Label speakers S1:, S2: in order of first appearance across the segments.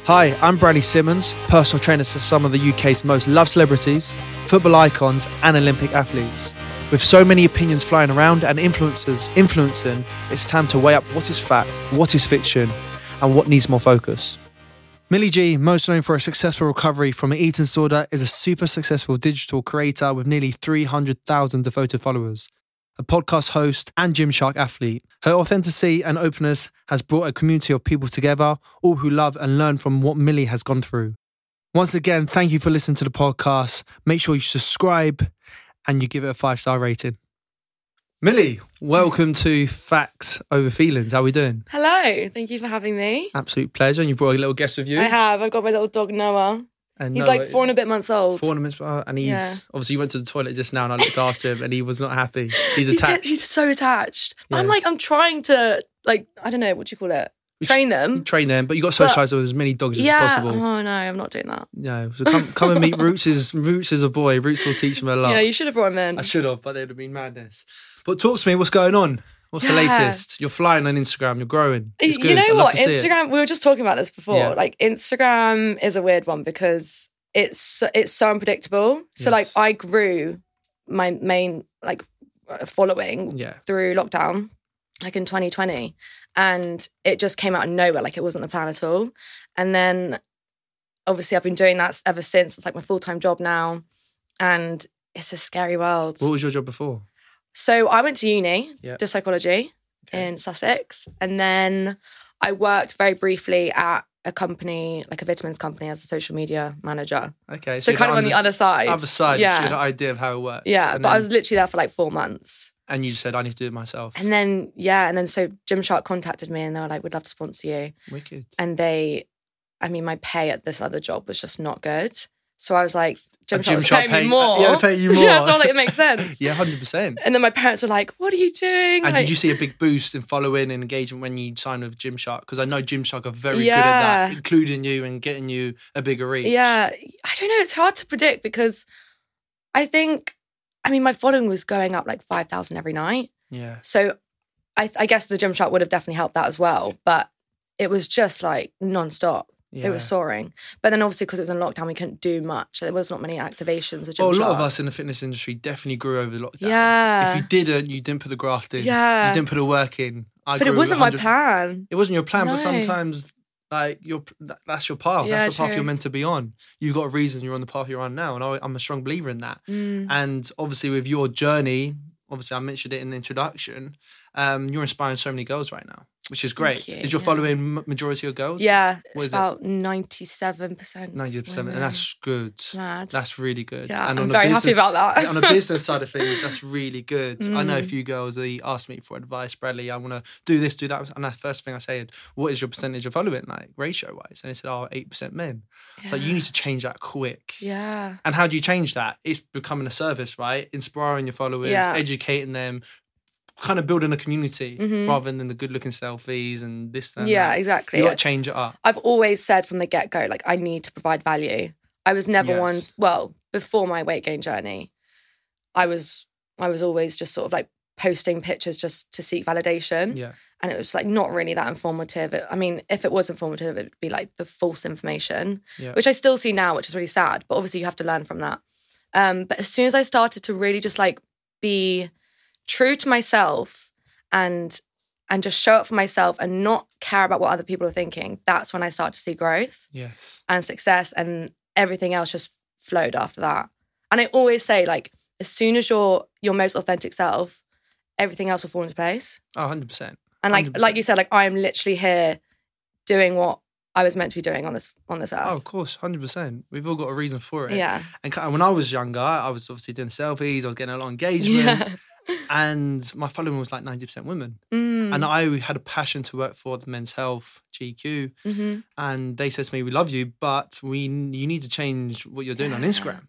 S1: Hi, I'm Bradley Simmons, personal trainer to some of the UK's most loved celebrities, football icons, and Olympic athletes. With so many opinions flying around and influencers influencing, it's time to weigh up what is fact, what is fiction, and what needs more focus. Millie G, most known for a successful recovery from an eating disorder, is a super successful digital creator with nearly 300,000 devoted followers, a podcast host, and Gymshark athlete. Her authenticity and openness has brought a community of people together, all who love and learn from what Millie has gone through. Once again, thank you for listening to the podcast. Make sure you subscribe and you give it a five star rating. Millie, welcome to Facts Over Feelings. How are we doing?
S2: Hello, thank you for having me.
S1: Absolute pleasure. And you brought a little guest with you.
S2: I have. I've got my little dog Noah.
S1: And
S2: He's
S1: no,
S2: like
S1: it-
S2: four and a bit months old.
S1: Four minutes, and he's
S2: Yeah.
S1: obviously he went to the toilet just now, and I looked after him, and he was not happy. He's
S2: he's,
S1: attached.
S2: he's so attached. I'm
S1: Yes.
S2: like, I'm trying to like, I don't know, what do you call it? Train
S1: You
S2: them.
S1: train them, but you got to socialise with as many dogs
S2: Yeah.
S1: as possible.
S2: Oh no, I'm not doing that.
S1: No, so come, come and meet Roots. Is Roots is a boy. Roots will teach him a lot.
S2: Yeah, you should have brought him in.
S1: I should have, but they'd have been madness. But talk to me. What's going on? What's the
S2: Yeah.
S1: latest? You're flying on Instagram. You're growing. It's good.
S2: You
S1: I
S2: know
S1: love
S2: what?
S1: to see it.
S2: Instagram. We were just talking about this before.
S1: Yeah.
S2: Like Instagram is a weird one because it's so- it's so unpredictable. So like
S1: Yes.
S2: I grew my main like following
S1: Yeah.
S2: through lockdown, like in 2020, and it just came out of nowhere. Like it wasn't the plan at all. And then obviously I've been doing that ever since. It's like my full time job now, and it's a scary world.
S1: What was your job before?
S2: So I went to uni,
S1: Yeah.
S2: did psychology
S1: Okay.
S2: in Sussex, and then I worked very briefly at a company, like a vitamins company, as a social media manager.
S1: Okay.
S2: So,
S1: you're
S2: kind of on the other side.
S1: other side. Yeah.
S2: Yeah.
S1: the idea of how it works.
S2: yeah,
S1: And
S2: but I
S1: then-
S2: was literally there for like four months.
S1: And you said I need to do it myself.
S2: And then, yeah, and then so Gymshark contacted me and they were like, we'd love to sponsor you.
S1: Wicked.
S2: And they, I mean, my pay at this other job was just not good. So I was like,
S1: A
S2: Gymshark, was
S1: Gymshark
S2: paying
S1: pay-
S2: me more.
S1: Yeah, pay you
S2: yeah,
S1: more.
S2: I felt like it makes sense.
S1: Yeah, hundred percent.
S2: And then my parents were like, what are you
S1: And
S2: doing? like,
S1: did you see a big boost in following and engagement when you signed with Gymshark? Because I know Gymshark are very good at that,
S2: Yeah.
S1: including you and getting you a bigger reach.
S2: Yeah, I don't know. It's hard to predict because I think, I mean, my following was going up like 5,000 every night.
S1: Yeah.
S2: So I, I guess the Gymshark would have definitely helped that as well. But it was just like nonstop.
S1: yeah.
S2: It was soaring. But then obviously, because it was in lockdown, we couldn't do much. There was not many activations with Gymshark.
S1: Well, Oh, a lot of us in the fitness industry definitely grew over lockdown.
S2: Yeah.
S1: If you didn't, you didn't put the graft in.
S2: Yeah.
S1: You didn't put the work in. I
S2: but it
S1: grew
S2: wasn't my
S1: 100
S2: plan.
S1: It wasn't your plan, but
S2: No.
S1: sometimes like your that, that's your path.
S2: Yeah,
S1: that's the path
S2: true.
S1: you're meant to be on. You've got a reason you're on the path you're on now, and I, I'm a strong believer in that.
S2: Mm.
S1: And obviously, with your journey, obviously I mentioned it in the introduction. Um, you're inspiring so many girls right now, which is great.
S2: you,
S1: Is your
S2: yeah.
S1: following m- majority of girls?
S2: Yeah,
S1: What
S2: it's
S1: is it?
S2: about 97%.
S1: ninety percent, and
S2: women.
S1: that's good.
S2: Mad.
S1: That's really good.
S2: Yeah,
S1: and
S2: I'm very happy about that.
S1: yeah, on the business side of things, that's really good. I know a
S2: Mm.
S1: few girls they ask me for advice, Bradley. I want to do this, do that, and the first thing I said, "What is your percentage of following, like ratio wise?" And they said, "Oh, eight percent men." It's like you need to change that quick.
S2: yeah.
S1: And how do you change that? It's becoming a service, right? Inspiring your followers,
S2: Yeah.
S1: educating them, kind of building a community rather than the good-looking selfies and this and
S2: Mm-hmm. Yeah,
S1: that.
S2: exactly.
S1: You got to change it up.
S2: I've always said from the get go, like, I need to provide value. I was never
S1: Yes.
S2: one, well, before my weight gain journey, I was, I was always just sort of like posting pictures just to seek validation.
S1: Yeah,
S2: And it was like not really that informative. It- I mean, if it was informative, it would be like the false information,
S1: Yeah.
S2: which I still see now, which is really sad. But obviously, you have to learn from that. Um, but as soon as I started to really just like be true to myself and and just show up for myself and not care about what other people are thinking, that's when I started to see growth
S1: yes.
S2: and success and everything else just flowed after that. And I always say, like, as soon as you're your most authentic self, everything else will fall into place.
S1: Oh, 100%.
S2: And like
S1: 100%.
S2: like you said, like I am literally here doing what I was meant to be doing on this on this earth.
S1: Oh, of course, hundred percent. We've all got a reason for it.
S2: Yeah.
S1: And ki- when I was younger, I was obviously doing selfies. I was getting a lot of engagement,
S2: Yeah.
S1: and my following was like ninety percent women.
S2: Mm,
S1: And I had a passion to work for the Men's Health GQ,
S2: mhm.
S1: and they said to me, "We love you, but we you need to change what you're doing on Instagram."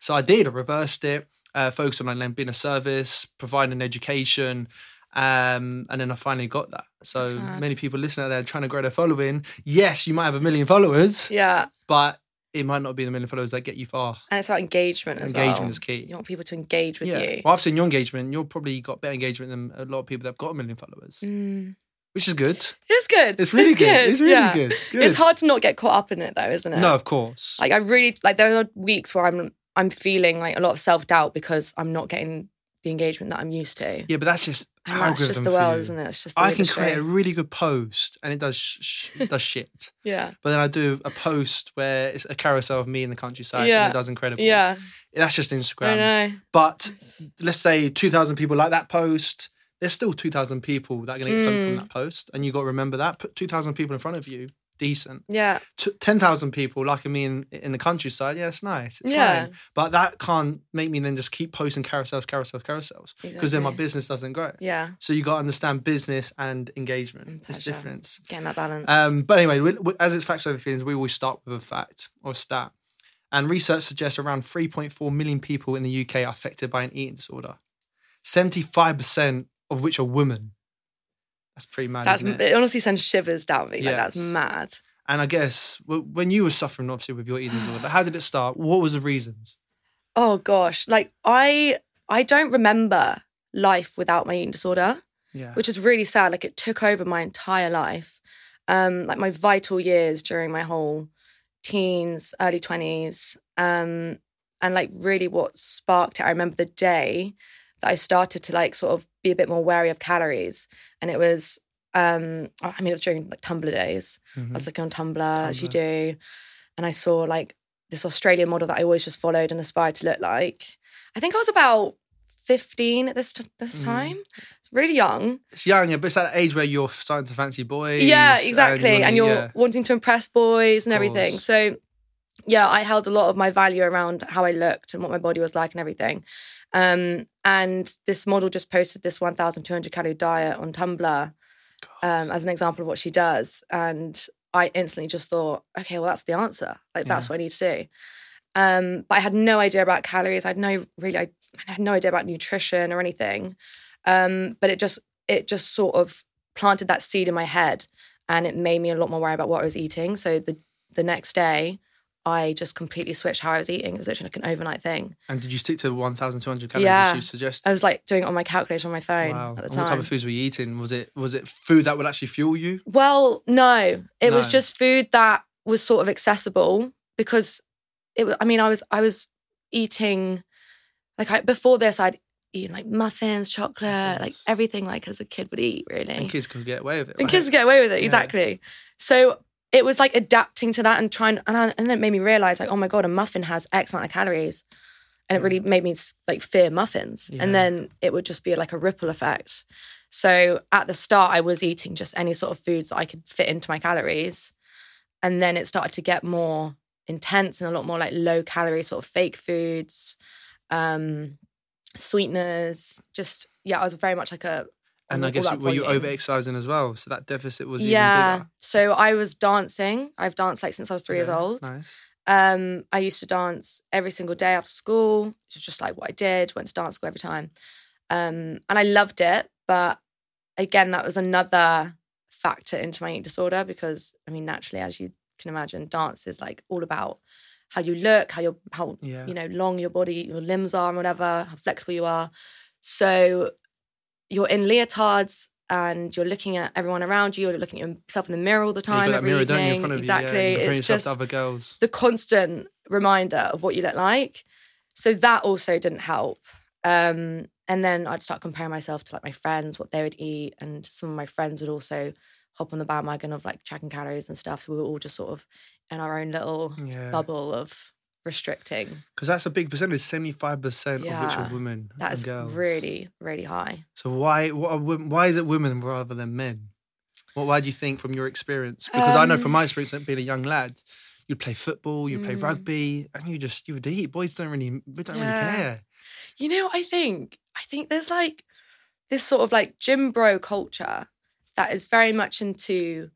S1: So I did. I reversed it, uh, focused on like, being a service, providing education, um, and then I finally got that. So
S2: mad.
S1: many people listening out there trying to grow their following. Yes, you might have a million followers,
S2: Yeah.
S1: but it might not be the million followers that get you far.
S2: And it's about engagement as well.
S1: Engagement is key.
S2: You want people to engage with you.
S1: Well, I've seen your engagement. You've probably got better engagement than a lot of people that've got a million followers.
S2: Mm,
S1: which is good.
S2: It's good.
S1: It's really good. It's really good. Good.
S2: It's hard to not get caught up in it though, isn't it?
S1: No, of course.
S2: Like I really like there are weeks where I'm I'm feeling like a lot of self doubt because I'm not getting the engagement that I'm used to.
S1: yeah, but that's just
S2: And
S1: algorithm
S2: that's just the
S1: for
S2: world,
S1: you.
S2: isn't it? It's just the
S1: I
S2: way
S1: can
S2: the
S1: create a
S2: show-
S1: really good post and it does sh- sh- does shit,
S2: yeah,
S1: but then I do a post where it's a carousel of me in the countryside
S2: Yeah.
S1: and it does incredible.
S2: yeah.
S1: that's just
S2: I
S1: Instagram.
S2: know.
S1: But let's say two thousand people like that post. There's still two thousand people that are gonna get something
S2: Mm.
S1: from that post, and you got to remember that. Put two thousand people in front of you, decent.
S2: Yeah,
S1: T- Ten thousand people like me in in the countryside. Yeah, it's nice. It's
S2: Yeah.
S1: fine. But that can't make me then just keep posting carousels, carousels, carousels, because then my
S2: Exactly.
S1: business doesn't grow.
S2: yeah.
S1: So you got to understand business and engagement. It's
S2: pleasure.
S1: difference.
S2: Getting that balance.
S1: Um, but anyway, we, we- as it's facts over feelings, we always start with a fact or stat. And research suggests around 3.4 million people in the UK are affected by an eating disorder, 75% of which are women. That's pretty mad,
S2: that's
S1: isn't
S2: it?
S1: it?
S2: honestly sends shivers down me. Like that's
S1: Yes.
S2: mad.
S1: And I guess w- when you were suffering, obviously, with your eating disorder, how did it start? What was the reasons?
S2: Oh gosh, like I I don't remember life without my eating disorder,
S1: Yeah.
S2: which is really sad. Like it took over my entire life, um, like my vital years during my whole teens, early twenties, um, and like really what sparked it. I remember the day that I started to like sort of be a bit more wary of calories, and it was. Um, I mean, it was during like Tumblr days.
S1: Mm-hmm.
S2: I was looking on Tumblr, as you
S1: Tumblr.
S2: do, and I saw like this Australian model that I always just followed and aspired to look like. I think I was about fifteen at this t- this
S1: Mhm.
S2: time. It's really young.
S1: It's young, but it's that age where you're starting to fancy boys.
S2: yeah, exactly. And,
S1: you
S2: you're
S1: wanna-
S2: wanting to impress boys and
S1: Of
S2: everything.
S1: course.
S2: So yeah, I held a lot of my value around how I looked and what my body was like and everything. Um, and this model just posted this 1,200 calorie diet on Tumblr um, as an example of what she does. And I instantly just thought, okay, well, that's the answer. Like, that's what I need to do. Um, but I had no idea about calories. I had no really, I, I had no idea about nutrition or anything. Um, but it just, it just sort of planted that seed in my head and it made me a lot more worried about what I was eating. So the, the next day, I just completely switched how I was eating. It was literally like an overnight thing.
S1: And did you stick to the 1,200 calories
S2: Yeah.
S1: as you suggested?
S2: I was like doing it on my calculator on my phone
S1: Wow.
S2: at the
S1: and
S2: time.
S1: what type of foods were you eating? Was it was it food that would actually fuel you?
S2: Well, no, it was
S1: No.
S2: just food that was sort of accessible because it. wa- I mean, I was I was eating like I, before this, I'd eaten like muffins, chocolate, like everything like as a kid would eat, really.
S1: And kids could get away with it.
S2: And
S1: right?
S2: kids get away with it,
S1: Yeah.
S2: exactly. So it was like adapting to that and trying, and, I, and then it made me realize, like, oh my god, a muffin has X amount of calories, and it really made me like fear muffins.
S1: Mm. Yeah.
S2: And then it would just be like a ripple effect. So at the start, I was eating just any sort of foods that I could fit into my calories, and then it started to get more intense and a lot more like low calorie sort of fake foods, um, sweeteners. Just yeah, I was very much like a
S1: And
S2: on
S1: I
S2: all
S1: guess
S2: that
S1: were you
S2: volume
S1: over exercising as well? So that deficit was even
S2: yeah
S1: bigger.
S2: so i was dancing i've danced like since i was three years
S1: Yeah,
S2: old
S1: Nice.
S2: um i used to dance every single day after school which was just like what i did went to dance school every time um and i loved it but again that was another factor into my eating disorder because i mean naturally as you can imagine dance is like all about how you look how you're how
S1: Yeah.
S2: you know long your body your limbs are and whatever how flexible you are so you're in leotards and you're looking at everyone around you you're looking at yourself in the mirror all the
S1: Yeah,
S2: time
S1: you got that
S2: every
S1: mirror,
S2: evening
S1: don't you, in front of
S2: exactly
S1: you? Yeah, and comparing
S2: it's
S1: yourself
S2: just
S1: to other girls.
S2: the constant reminder of what you look like so that also didn't help um and then i'd start comparing myself to like my friends what they would eat and some of my friends would also hop on the bandwagon of like tracking calories and stuff so we were all just sort of in our own little
S1: Yeah.
S2: bubble of restricting
S1: Because that's a big percentage, seventy five percent of which are
S2: Yeah.
S1: women.
S2: That
S1: and
S2: is
S1: girls.
S2: really, really high.
S1: So why what are, wom- why is it women rather than men? Well, why do you think from your experience? Because I know
S2: Um,
S1: from my experience being a young lad, you'd play football, you'd play
S2: Mm.
S1: rugby, and you just you would eat. Boys don't really we don't
S2: Yeah.
S1: really care.
S2: You know, I think I think there's like this sort of like gym bro culture that is very much into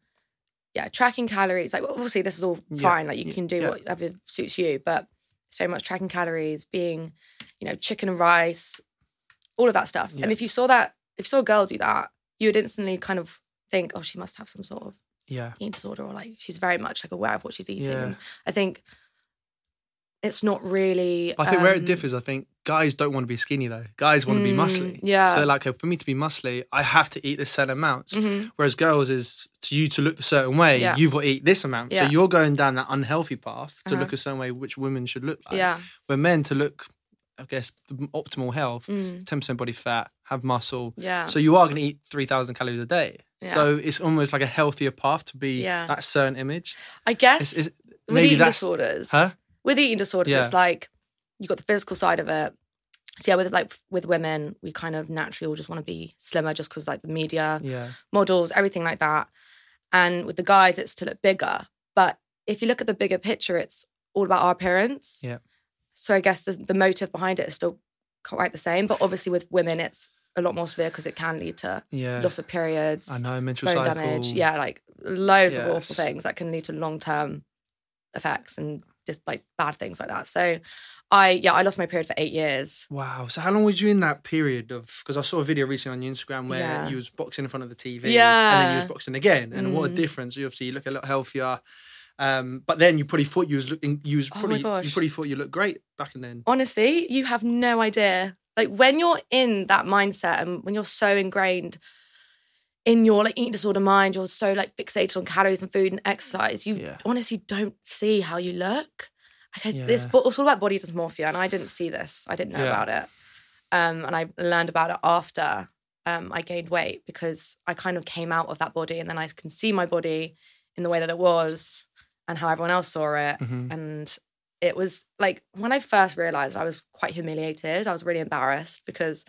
S2: yeah, tracking calories. Like obviously this is all
S1: Yeah,
S2: fine, like you
S1: yeah,
S2: can do
S1: yeah.
S2: whatever suits you, but it's very much tracking calories, being, you know, chicken and rice, all of that stuff.
S1: Yeah.
S2: And if you saw that if you saw a girl do that, you would instantly kind of think, oh, she must have some sort of
S1: Yeah.
S2: eating disorder or like she's very much like aware of what she's eating.
S1: Yeah.
S2: I think it's not really.
S1: I think where
S2: um,
S1: it differs, I think guys don't want to be skinny though. Guys want to be
S2: Mm,
S1: muscly.
S2: yeah.
S1: So they're like, "Okay, for me to be muscly, I have to eat this certain amount.
S2: Mhm.
S1: Whereas girls is to you to look a certain way,
S2: Yeah.
S1: you've got to eat this amount.
S2: Yeah.
S1: So you're going down that unhealthy path to
S2: Uh-huh.
S1: look a certain way, which women should look like.
S2: Yeah.
S1: Where men to look, I guess, the m- optimal health,
S2: Mm.
S1: 10% body fat, have muscle.
S2: Yeah.
S1: So you are going to eat 3,000 calories a day.
S2: Yeah.
S1: So it's almost like a healthier path to be
S2: Yeah.
S1: that certain image.
S2: I
S1: It's,
S2: guess
S1: it's,
S2: with
S1: maybe
S2: eating
S1: that's-
S2: disorders,
S1: Huh?
S2: with eating disorders,
S1: Yeah.
S2: it's like you got the physical side of it. So yeah, with like with women, we kind of naturally all just want to be slimmer, just because like the media,
S1: yeah.
S2: models, everything like that. And with the guys, it's to look bigger. But if you look at the bigger picture, it's all about our appearance.
S1: Yeah.
S2: So I guess the, the motive behind it is still quite the same. But obviously, with women, it's a lot more severe because it can lead to
S1: Yeah.
S2: loss of periods,
S1: I know, menstrual
S2: bone
S1: cycle.
S2: damage. Yeah, like loads of awful
S1: Yes.
S2: things that can lead to long term effects and just like bad things like that. So I, yeah, I lost my period for eight years.
S1: Wow. So how long was you in that period of? Because I saw a video recently on your Instagram where
S2: Yeah.
S1: you was boxing in front of the TV, and then
S2: Yeah.
S1: you was boxing again, and what a
S2: Mm.
S1: difference! You obviously look a lot healthier. Um, but then you probably thought you was looking. You was
S2: Oh my
S1: probably you
S2: gosh.
S1: probably thought you looked great back in then.
S2: honestly, you have no idea. Like when you're in that mindset and when you're so ingrained in your like eating disorder mind, you're so like fixated on calories and food and exercise, you
S1: Yeah.
S2: honestly don't see how you look. Like I- this,
S1: Yeah.
S2: but it's all about body dysmorphia, and I didn't see this. I didn't know
S1: Yeah.
S2: about it, um, and I learned about it after um, I gained weight because I kind of came out of that body, and then I can see my body in the way that it was and how everyone else saw it,
S1: Mm-hmm.
S2: and it was like when I first realized, I was quite humiliated. I was really embarrassed because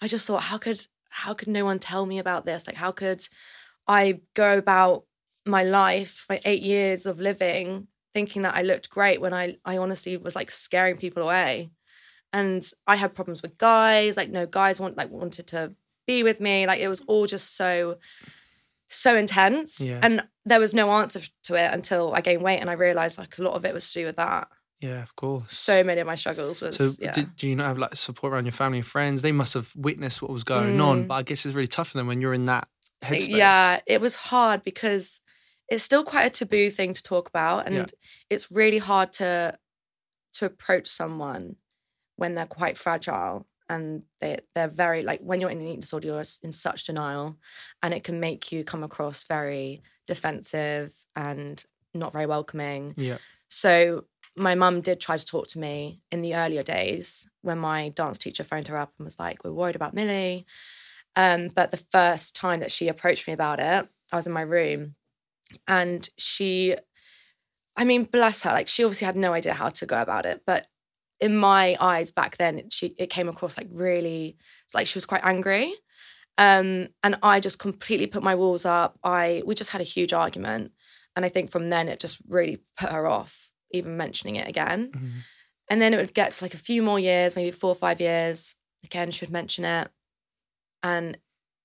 S2: I just thought, how could how could no one tell me about this? Like, how could I go about my life, my eight years of living, thinking that I looked great when I I honestly was like scaring people away, and I had problems with guys. Like, no guys want like wanted to be with me. Like, it was all just so so intense,
S1: Yeah.
S2: and there was no answer to it until I gained weight and I realized like a lot of it was to do with that
S1: Yeah, of course.
S2: so many of my struggles was
S1: So
S2: yeah.
S1: did, do you not have like support around your family and friends? They must have witnessed what was going on, but I guess it's really tough for them when you're in that headspace.
S2: Mm. yeah, it was hard because it's still quite a taboo thing to talk about and
S1: Yeah.
S2: it's really hard to to approach someone when they're quite fragile and they they're very like when you're in an eating disorder you're in such denial and it can make you come across very defensive and not very welcoming
S1: Yeah.
S2: So my mum did try to talk to me in the earlier days when my dance teacher phoned her up and was like, "We're worried about Millie." Um, but the first time that she approached me about it, I was in my room, and she, I mean, bless her, like she obviously had no idea how to go about it, but in my eyes back then, it- she it came across like really like she was quite angry. Um, and I just completely put my walls up. I we just had a huge argument. And I think from then it just really put her off even mentioning it again.
S1: Mhm.
S2: And then it would get to like a few more years, maybe four or five years. Again, she would mention it. And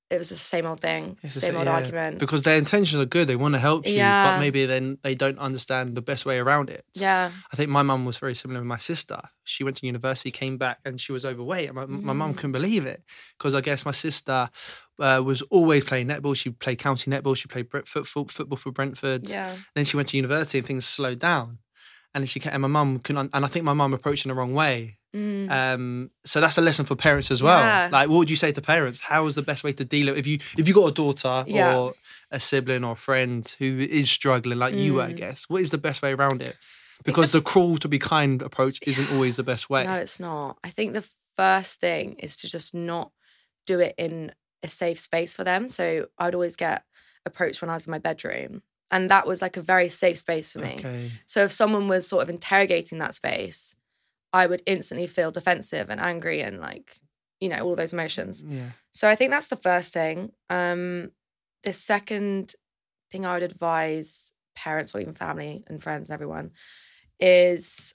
S2: it was the same old thing,
S1: It's the
S2: same
S1: sa-
S2: old
S1: yeah.
S2: argument.
S1: Because their intentions are good, they want to help you,
S2: Yeah.
S1: but maybe then they don't understand the best way around it.
S2: yeah.
S1: I think my mum was very similar with my sister. She went to university, came back, and she was overweight. And my, my
S2: Mm.
S1: mum couldn't believe it because I guess my sister uh, was always playing netball. She played county netball. She played Brent, football, football for Brentford.
S2: Yeah.
S1: Then she went to university and things slowed down. And then she came, and my mum couldn't. un- And I think my mum approached in the wrong way.
S2: Mm.
S1: Um, so that's a lesson for parents as well.
S2: Yeah.
S1: Like, what would you say to parents? How is the best way to deal with if you if you got a daughter
S2: Yeah.
S1: or a sibling or a friend who is struggling like you
S2: Mm.
S1: were? I guess what is the best way around it? Because the cruel to be kind approach isn't always the best way.
S2: No, it's not. I think the first thing is to just not do it in a safe space for them. So I'd always get approached when I was in my bedroom. And that was like a very safe space for me.
S1: Okay.
S2: So if someone was sort of interrogating that space, I would instantly feel defensive and angry and like, you know, all those emotions.
S1: Yeah.
S2: So I think that's the first thing. Um, the second thing I would advise parents or even family and friends and everyone is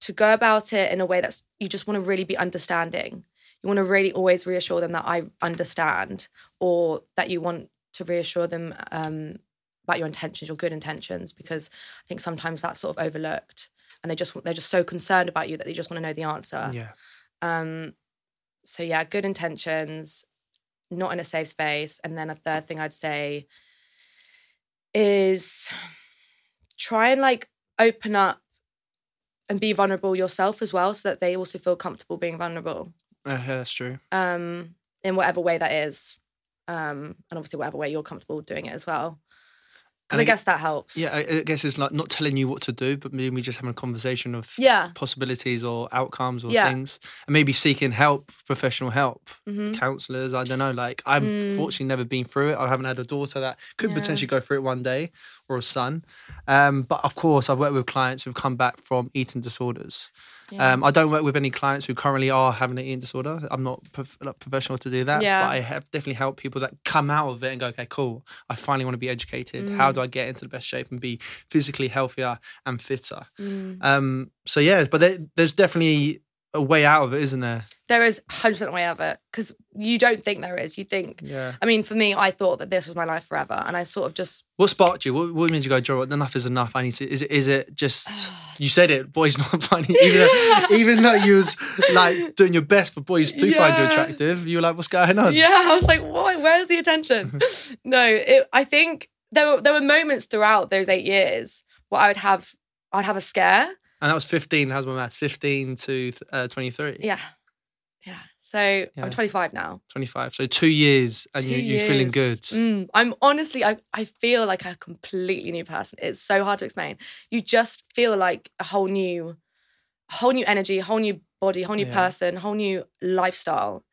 S2: to go about it in a way that's you just want to really be understanding. You want to really always reassure them that I understand or that you want to reassure them um, about your intentions, your good intentions, because I think sometimes that's sort of overlooked and they just they're just so concerned about you that they just want to know the answer.
S1: Uh, Yeah.
S2: Um, so yeah, good intentions, not in a safe space. And then a third thing I'd say is try and like open up and be vulnerable yourself as well so that they also feel comfortable being vulnerable
S1: Uh, yeah, that's true.
S2: um, in whatever way that is. Um, and obviously, whatever way you're comfortable doing it as well.
S1: And
S2: Because I
S1: I gue-
S2: guess that helps.
S1: Yeah, I, I guess it's like not telling you what to do, but maybe just having a conversation of
S2: Yeah.
S1: possibilities or outcomes or
S2: Yeah.
S1: things, and maybe seeking help, professional help,
S2: hmm
S1: counselors. I don't know. Like I've
S2: Mm.
S1: fortunately never been through it. I haven't had a daughter that could
S2: Yeah.
S1: potentially go through it one day, or a son. Um, but of course, I've worked with clients who've come back from eating disorders.
S2: Yeah.
S1: Um, I don't work with any clients who currently are having an eating disorder. I'm not prof- like, professional to do that,
S2: Yeah.
S1: but I have definitely helped people that come out of it and go, okay, cool. I finally want to be educated. How
S2: Mm.
S1: do I get into the best shape and be physically healthier and fitter?
S2: Mm.
S1: Um, so yeah, but there, there's definitely a way out of it, isn't there?
S2: There is 100% a way out of it because you don't think there is. You think,
S1: Yeah.
S2: I mean, for me, I thought that this was my life forever. And I sort of just,
S1: What sparked you? What, what made you go, Joe? Enough is enough. I need to. Is it? Is it just? you said it. Boys not finding even though, even though you was like doing your best for boys to find you
S2: Yeah.
S1: attractive. You were like, what's going on?
S2: yeah, I was like, why? Where's the attention? no, it, I think there were, there were moments throughout those eight years where I would have, I'd have a scare.
S1: And that was fifteen. How's my maths? Fifteen to uh, twenty-three,
S2: Yeah. Yeah. So
S1: Yeah.
S2: I'm 25 now.
S1: twenty-five. So two years, and
S2: Two
S1: you, you're feeling
S2: years.
S1: good.
S2: Mm, I'm honestly, I, I feel like a completely new person. It's so hard to explain. You just feel like a whole new, whole new energy, whole new body, whole new
S1: Yeah.
S2: person, whole new lifestyle.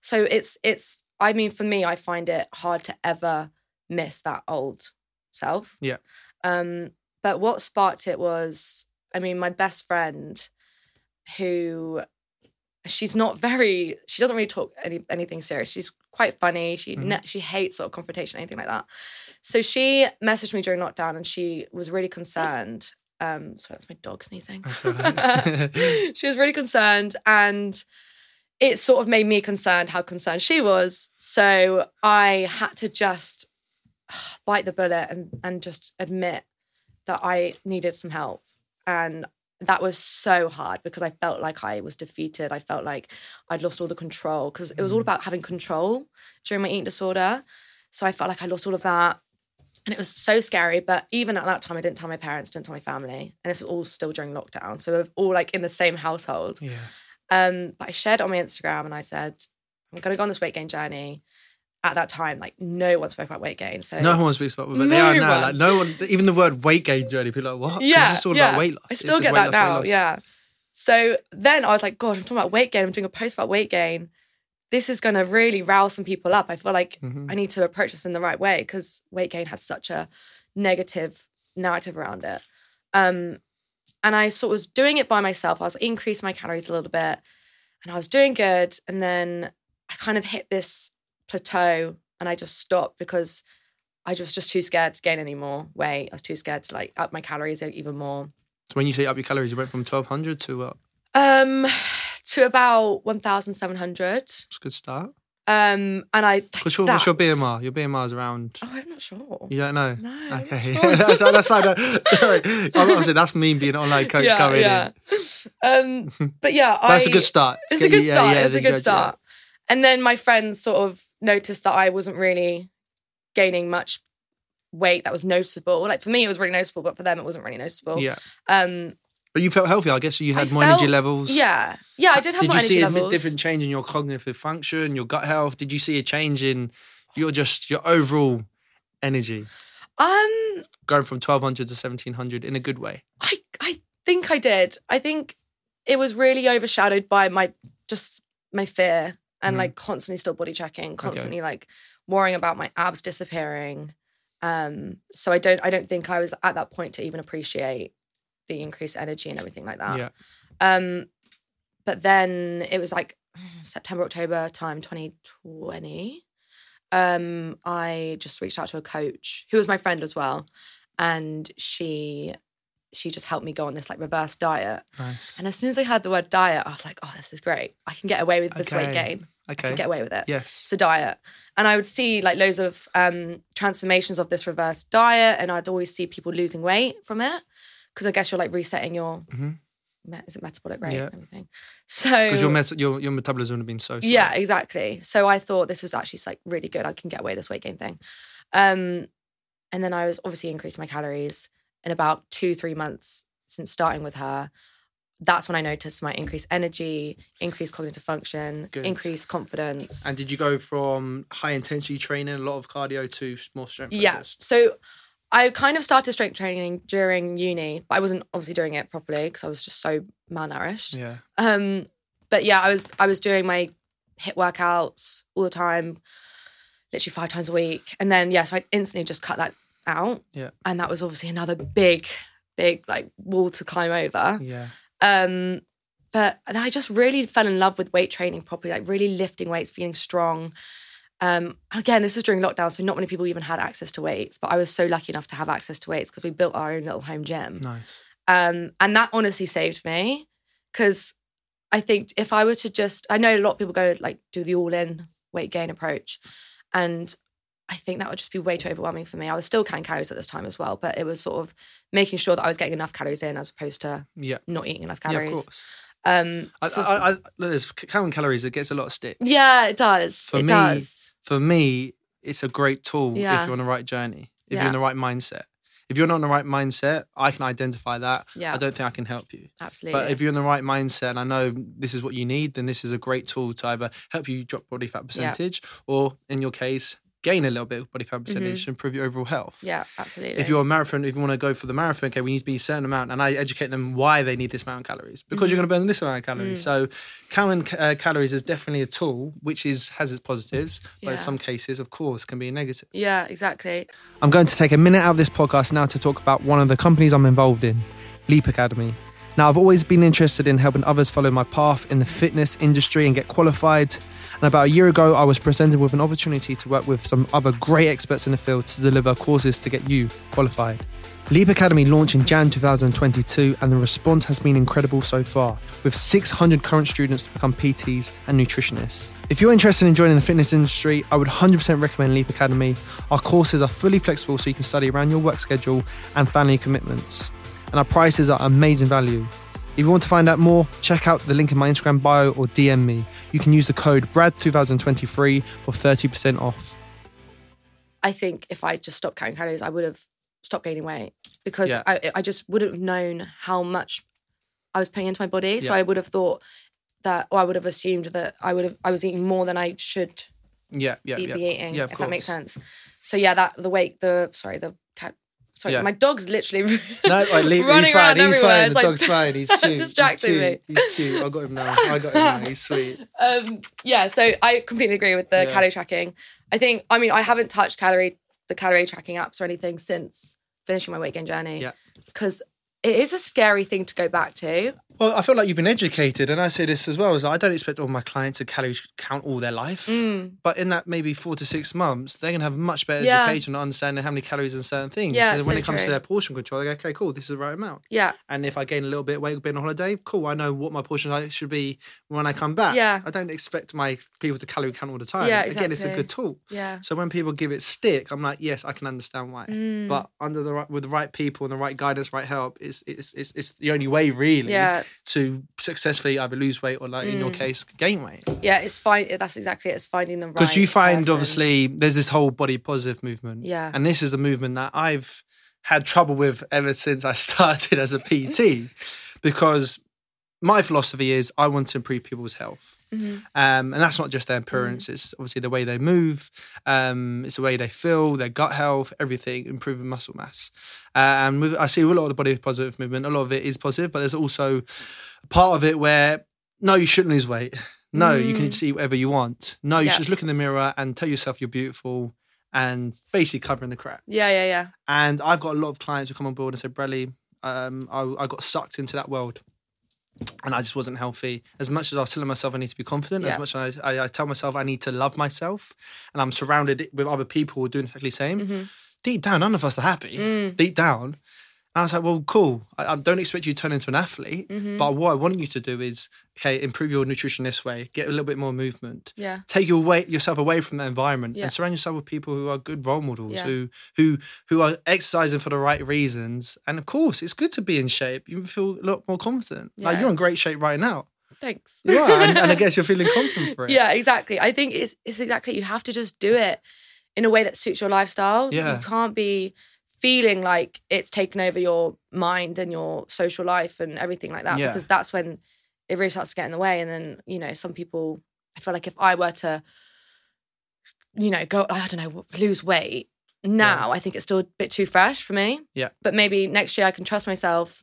S2: So it's it's. I mean, for me, I find it hard to ever miss that old self.
S1: Yeah.
S2: Um. But what sparked it was, I mean, my best friend, who she's not very she doesn't really talk any anything serious she's quite funny she
S1: Mhm.
S2: ne- she hates sort of confrontation anything like that so she messaged me during lockdown and she was really concerned um sorry that's my dog sneezing
S1: That's all right.
S2: she was really concerned and it sort of made me concerned how concerned she was so i had to just bite the bullet and and just admit that i needed some help and that was so hard because I felt like I was defeated. I felt like I'd lost all the control because it was all about having control during my eating disorder. So I felt like I lost all of that. And it was so scary. But even at that time, I didn't tell my parents, didn't tell my family. And this was all still during lockdown. So we we're all like in the same household.
S1: yeah.
S2: Um, but I shared it on my Instagram and I said, I'm going to go on this weight gain journey. At that time, like no one spoke about weight gain. So
S1: No one speaks about, but they
S2: No
S1: are now.
S2: one.
S1: Like no one, even the word weight gain journey. People are like, what? 'Cause
S2: Yeah,
S1: It's all
S2: yeah.
S1: about weight loss.
S2: I
S1: It's
S2: still
S1: just
S2: get
S1: weight
S2: that
S1: loss, weight
S2: now.
S1: loss.
S2: Yeah. So then I was like, God, I'm talking about weight gain. I'm doing a post about weight gain. This is going to really rouse some people up. I feel like
S1: Mhm.
S2: I need to approach this in the right way because weight gain had such a negative narrative around it. Um, and I sort of was doing it by myself. I was increasing my calories a little bit and I was doing good. And then I kind of hit this plateau and I just stopped because I was just too scared to gain any more weight. I was too scared to like up my calories even more.
S1: So when you say up your calories, you went from twelve hundred to what?
S2: Um, to about one thousand seven hundred.
S1: It's a good start.
S2: Um, and I.
S1: What's your, what's your
S2: that-
S1: BMR? Your BMR is around.
S2: Oh, I'm not sure.
S1: You don't know.
S2: No. Oh. I'm not
S1: Okay,
S2: sure.
S1: that's, that's fine. No, Sorry, I'm not saying that's mean being an online coach coming in.
S2: Um, but yeah,
S1: But
S2: I,
S1: that's a good start.
S2: It's a good
S1: Yeah,
S2: start.
S1: yeah,
S2: it's a
S1: then you go
S2: good
S1: to- yeah.
S2: start. And then my friends sort of noticed that I wasn't really gaining much weight that was noticeable. Like for me, it was really noticeable, but for them, it wasn't really noticeable.
S1: Yeah,
S2: Um,
S1: but you felt healthier. I guess so you had
S2: I
S1: more energy
S2: felt-
S1: levels.
S2: yeah, yeah. I did have
S1: Did
S2: my
S1: you
S2: energy
S1: see a
S2: levels.
S1: different change in your cognitive function, your gut health? Did you see a change in your just your overall energy
S2: Um,
S1: going from 1200 to 1700 in a good way?
S2: I I think I did. I think it was really overshadowed by my just my fear and
S1: Mhm.
S2: like constantly still body checking, constantly like worrying about my abs disappearing. Um, so I don't I don't think I was at that point to even appreciate the increased energy and everything like that.
S1: Yeah,
S2: Um, but then it was like September, October time 2020. Um, I just reached out to a coach who was my friend as well, and she she just helped me go on this like reverse diet.
S1: nice.
S2: And as soon as I heard the word diet, I was like, oh, this is great. I can get away with this weight
S1: Okay.
S2: gain. I
S1: Okay.
S2: can get away with it.
S1: Yes.
S2: It's a diet. And I would see like loads of um, transformations of this reverse diet, and I'd always see people losing weight from it because I guess you're like resetting your
S1: Mhm.
S2: me- is it metabolic rate
S1: Yeah.
S2: and everything. So
S1: Because your, met- your your metabolism would have been so. slow.
S2: yeah, exactly. So I thought this was actually like really good. I can get away with this weight gain thing. Um, and then I was obviously increasing my calories in about two three months since starting with her. that's when I noticed my increased energy, increased cognitive function,
S1: Good.
S2: increased confidence.
S1: And did you go from high intensity training, a lot of cardio, to more strength
S2: yeah.
S1: focused?
S2: So I kind of started strength training during uni, but I wasn't obviously doing it properly because I was just so malnourished.
S3: Yeah.
S2: Um, but yeah, I was I was doing my hit workouts all the time, literally five times a week, and then yeah, so I instantly just cut that out.
S3: Yeah.
S2: and that was obviously another big, big like wall to climb over.
S3: Yeah.
S2: Um, but and I just really fell in love with weight training properly, like really lifting weights, feeling strong. Um, again, this was during lockdown, so not many people even had access to weights. But I was so lucky enough to have access to weights because we built our own little home gym.
S3: Nice.
S2: Um, and that honestly saved me because I think if I were to just, I know a lot of people go like do the all in weight gain approach. And I think that would just be way too overwhelming for me. I was still counting calories at this time as well, but it was sort of making sure that I was getting enough calories in as opposed to
S3: Yeah.
S2: not eating enough
S3: Yeah, of
S2: calories.
S3: course.
S2: um,
S1: I,
S2: so-
S1: I, I, look, there's counting calories. It gets a lot of stick.
S2: yeah, it does.
S1: For
S2: it
S1: me,
S2: does.
S1: For me, it's a great tool
S2: Yeah.
S1: if you're on the right journey, if you're
S2: Yeah.
S1: in the right mindset. If you're not in the right mindset, I can identify that.
S2: Yeah.
S1: I don't think I can help you.
S2: Absolutely.
S1: But if you're in the right mindset and I know this is what you need, then this is a great tool to either help you drop body fat percentage or, in your case, gain a little bit of body
S2: Mm-hmm.
S1: fat percentage to improve your overall health.
S2: yeah, absolutely.
S1: If you're a marathon, if you want to go for the marathon, okay, we need to be a certain amount. And I educate them why they need this amount of calories because you're going to burn this amount of calories. So counting ca- uh, calories is definitely a tool which is has its positives, but
S2: Yeah.
S1: in some cases, of course, can be a negative.
S2: yeah, exactly.
S3: I'm going to take a minute out of this podcast now to talk about one of the companies I'm involved in, Leap Academy. Now, I've always been interested in helping others follow my path in the fitness industry and get qualified. And about a year ago, I was presented with an opportunity to work with some other great experts in the field to deliver courses to get you qualified. Leap Academy launched in Jan 2022, and the response has been incredible so far, with 600 current students to become PTs and nutritionists. If you're interested in joining the fitness industry, I would 100% recommend Leap Academy. Our courses are fully flexible so you can study around your work schedule and family commitments, and our prices are amazing value. If you want to find out more, check out the link in my Instagram bio or DM me. You can use the code BRAD2023 for 30% off.
S2: I think if I just stopped counting calories, I would have stopped gaining weight because
S1: Yeah.
S2: I, I just wouldn't have known how much I was putting into my body. So
S1: Yeah.
S2: I would have thought that, or I would have assumed that I would have I was eating more than I should
S1: Yeah, yeah,
S2: be,
S1: yeah.
S2: be eating.
S1: Yeah,
S2: if
S1: of
S2: that makes
S1: course.
S2: sense. So yeah, that the weight, the sorry, the cat. Sorry,
S1: Yeah.
S2: my dog's literally
S1: No, like, Lee,
S2: running
S1: he's fine.
S2: around
S1: He's
S2: everywhere.
S1: fine.
S2: It's
S1: The
S2: like,
S1: dog's fine. He's cute.
S2: distracting
S1: he's cute. He's cute. I got him now. I got him now. He's sweet.
S2: um, yeah, so I completely agree with the
S1: Yeah.
S2: calorie tracking. I think, I mean, I haven't touched calorie the calorie tracking apps or anything since finishing my weight gain journey.
S1: Yeah.
S2: Because it is a scary thing to go back to.
S1: Well, I feel like you've been educated, and I say this as well. Is like, I don't expect all my clients to calorie count all their life, but in that maybe four to six months, they're gonna have much better
S2: Mm. Yeah.
S1: education on understanding how many calories in certain things.
S2: Yeah,
S1: and when
S2: so
S1: it comes
S2: true.
S1: to their portion control, they go, okay, cool, this is the right amount.
S2: Yeah.
S1: And if I gain a little bit of weight being on holiday, cool, I know what my portion size should be when I come back.
S2: Yeah.
S1: I don't expect my people to calorie count all the time.
S2: Yeah,
S1: Again, it's a
S2: exactly.
S1: good tool.
S2: Yeah.
S1: So when people give it stick, I'm like, yes, I can understand why.
S2: Mm.
S1: But under the right, with the right people and the right guidance, right help, it's it's it's, it's the only way really
S2: Yeah. Mm.
S1: to successfully either lose weight or like in your case gain weight.
S2: Yeah. It's fine. That's exactly it. It's finding the right.
S1: Because you find
S2: person.
S1: obviously there's this whole body positive movement.
S2: Yeah.
S1: And this is a movement that I've had trouble with ever since I started as a PT because my philosophy is I want to improve people's health.
S2: Mm-hmm.
S1: Um, and that's not just their
S2: Mm.
S1: appearance, it's obviously the way they move, um, it's the way they feel, their gut health, everything, improving muscle mass. Uh, and with, I see a lot of the body positive movement, a lot of it is positive, but there's also part of it where no, you shouldn't lose weight. No, you can just eat whatever you want. No, you
S2: Mm. Yeah.
S1: should just look in the mirror and tell yourself you're beautiful and basically covering the crap.
S2: Yeah. Yeah. Yeah.
S1: And I've got a lot of clients who come on board and say, Bradley, um, I, I got sucked into that world and I just wasn't healthy. As much as I was telling myself I need to be confident,
S2: Yeah.
S1: as much as I, I, I tell myself I need to love myself and I'm surrounded with other people who are doing exactly the same, deep down, none of us are happy. Deep down. And I was like, well, cool. I, I don't expect you to turn into an athlete, but what I want you to do is, okay, improve your nutrition this way, get a little bit more movement,
S2: Yeah.
S1: take your way, yourself away from that environment
S2: Yeah.
S1: and surround yourself with people who are good role models,
S2: Yeah.
S1: who who who are exercising for the right reasons. And of course, it's good to be in shape. You feel a lot more confident. Like
S2: Yeah.
S1: you're in great shape right now.
S2: Thanks.
S1: You are, and, and I guess you're feeling confident for it.
S2: Yeah, exactly. I think it's it's exactly you have to just do it in a way that suits your lifestyle.
S1: Yeah.
S2: You can't be feeling like it's taken over your mind and your social life and everything like that
S1: Yeah.
S2: because that's when it really starts to get in the way and then you know some people i feel like if i were to you know go i don't know lose weight now i think it's still a bit too fresh for me
S1: Yeah.
S2: but maybe next year i can trust myself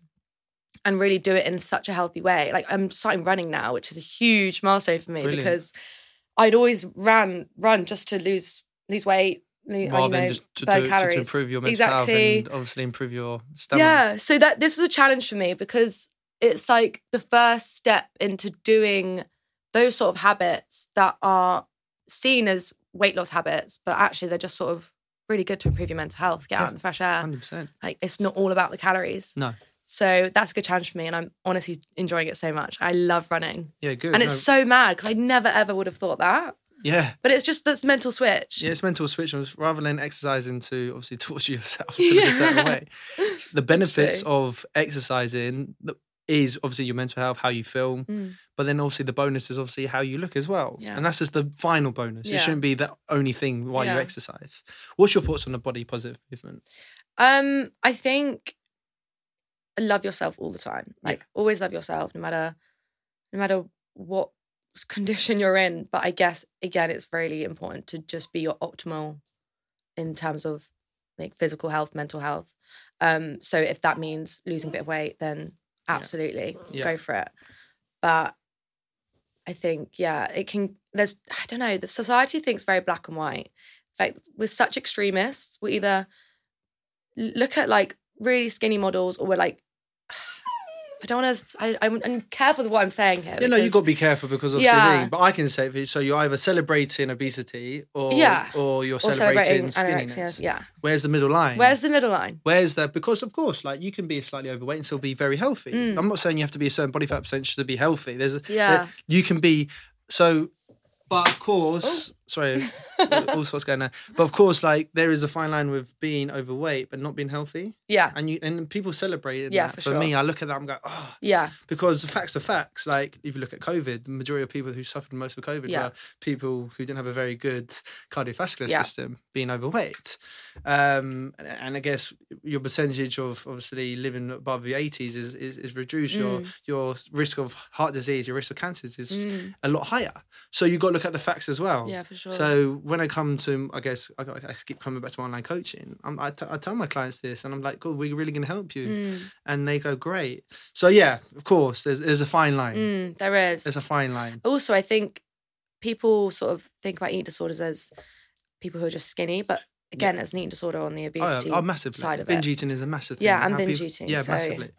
S2: and really do it in such a healthy way like i'm starting running now which is a huge milestone for me
S1: Brilliant.
S2: because i'd always ran run just to lose lose weight lo- you
S1: rather than
S2: know,
S1: just to,
S2: burn
S1: do, to,
S2: calories.
S1: to improve your mental
S2: Exactly.
S1: health and obviously improve your stamina.
S2: yeah. So that this was a challenge for me because it's like the first step into doing those sort of habits that are seen as weight loss habits, but actually they're just sort of really good to improve your mental health, get
S1: Yeah.
S2: out in the fresh air.
S1: hundred percent.
S2: Like it's not all about the calories.
S1: No.
S2: So that's a good challenge for me, and I'm honestly enjoying it so much. I love running,
S1: Yeah, good.
S2: and it's so mad because I never ever would have thought that.
S1: No, yeah,
S2: But it's just this mental switch.
S1: yeah. It's mental switch. and it's Rather than exercising to obviously torture yourself to look a certain
S2: Yeah.
S1: way, the benefits
S2: True.
S1: of exercising th- is obviously your mental health, how you feel,
S2: Mm.
S1: but then obviously the bonus is obviously how you look as well.
S2: Yeah.
S1: And that's just the final bonus.
S2: Yeah.
S1: It shouldn't be the only thing why
S2: Yeah.
S1: you exercise. What's your thoughts on the body positive movement?
S2: Um, I think love yourself all the time. Like always love yourself, no matter no matter what condition you're in. But I guess again, it's really important to just be your optimal in terms of like physical health, mental health. Um, so if that means losing a bit of weight, then absolutely
S1: Yeah.
S2: go for it. But I think, yeah, it can there's I don't know, the society thinks very black and white. Like we're such extremists. We either l- look at like really skinny models or we're like I don't want to. I, I'm, I'm careful with what I'm saying here.
S1: Yeah, no, you've
S2: because-
S1: got to be careful because obviously,
S2: Yeah.
S1: me, but I can say for you, so you're either celebrating obesity or
S2: Yeah.
S1: or you're
S2: or
S1: celebrating,
S2: anorexia.
S1: skinniness. Mm.
S2: Yeah.
S1: Where's the middle line?
S2: Where's the middle line?
S1: Where's that? Because of course, like you can be slightly overweight and still be very healthy. I'm not saying you have to be a certain body fat percentage to be healthy. There's a-
S2: Mm. Yeah.
S1: there- you can be so, but of
S2: Oh.
S1: course, sorry, all sorts going on. But of course, like there is a fine line with being overweight but not being healthy,
S2: Yeah.
S1: and you and people celebrate it.
S2: Yeah,
S1: that.
S2: for
S1: me,
S2: sure.
S1: I look at that, I'm going, oh,
S2: Yeah.
S1: because the facts are facts. Like if you look at COVID, the majority of people who suffered most of COVID
S2: Yeah.
S1: were people who didn't have a very good cardiovascular
S2: Yeah.
S1: system, being overweight. Um, and, and I guess your percentage of obviously living above the eighties is, is is reduced.
S2: Mm.
S1: Your your risk of heart disease, your risk of cancers is a lot higher. So you've got to look at the facts as well.
S2: Mm. Yeah, for sure.
S1: So when I come to, I guess I, I keep coming back to my online coaching. I'm, I, t- I tell my clients this, and I'm like, "Cool, we're really going to help you,"
S2: Mm,
S1: and they go, "Great." So yeah, of course, there's there's a fine line.
S2: Mm, there is.
S1: There's a fine line.
S2: also, I think people sort of think about eating disorders as people who are just skinny, but again, there's an eating disorder on the
S1: Oh,
S2: obesity
S1: yeah, oh, massively.
S2: side of
S1: binge
S2: it.
S1: eating is a massive thing.
S2: Yeah, and
S1: How
S2: binge
S1: people-
S2: eating,
S1: Yeah,
S2: so-
S1: massively.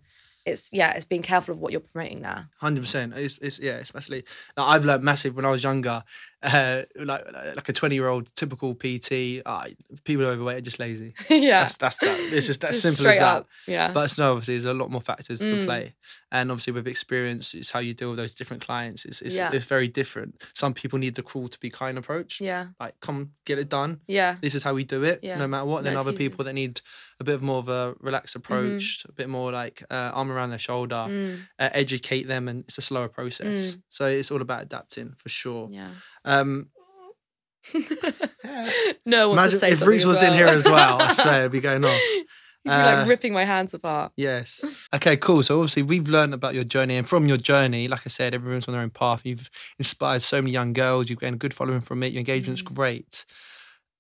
S2: It's yeah, it's being careful of what you're promoting there.
S1: Hundred percent. It's it's yeah. It's massively. Like, I've learned massive when I was younger, uh, like like a twenty year old typical PT. Uh, people who are overweight are just lazy.
S2: yeah.
S1: That's that's that. It's just that
S2: Just
S1: simple as
S2: straight
S1: that.
S2: up, Mm. Yeah.
S1: But it's no, obviously, there's a lot more factors to play, and obviously with experience, it's how you deal with those different clients. It's it's,
S2: Yeah.
S1: it's very different. Some people need the cruel to be kind approach.
S2: yeah.
S1: Like, come get it done.
S2: Yeah.
S1: This is how we do it,
S2: Yeah.
S1: no matter what. Then
S2: No
S1: other
S2: excuses.
S1: people that need a bit more of a relaxed
S2: Mm-hmm.
S1: approach, a bit more like uh, arm around their shoulder,
S2: Mm.
S1: uh, educate them, and it's a slower process. So it's all about adapting for sure.
S2: Yeah.
S1: Um,
S2: No one wants to
S1: imagine
S2: say
S1: if
S2: something
S1: Reese
S2: as
S1: was in
S2: well.
S1: here as well. I swear, it'd be going off.
S2: You'd be like
S1: Uh,
S2: ripping my hands apart.
S1: Yes. Okay, cool. So obviously we've learned about your journey and from your journey, like I said, everyone's on their own path. You've inspired so many young girls, you've gained a good following from it, your engagement's
S2: Mm.
S1: great.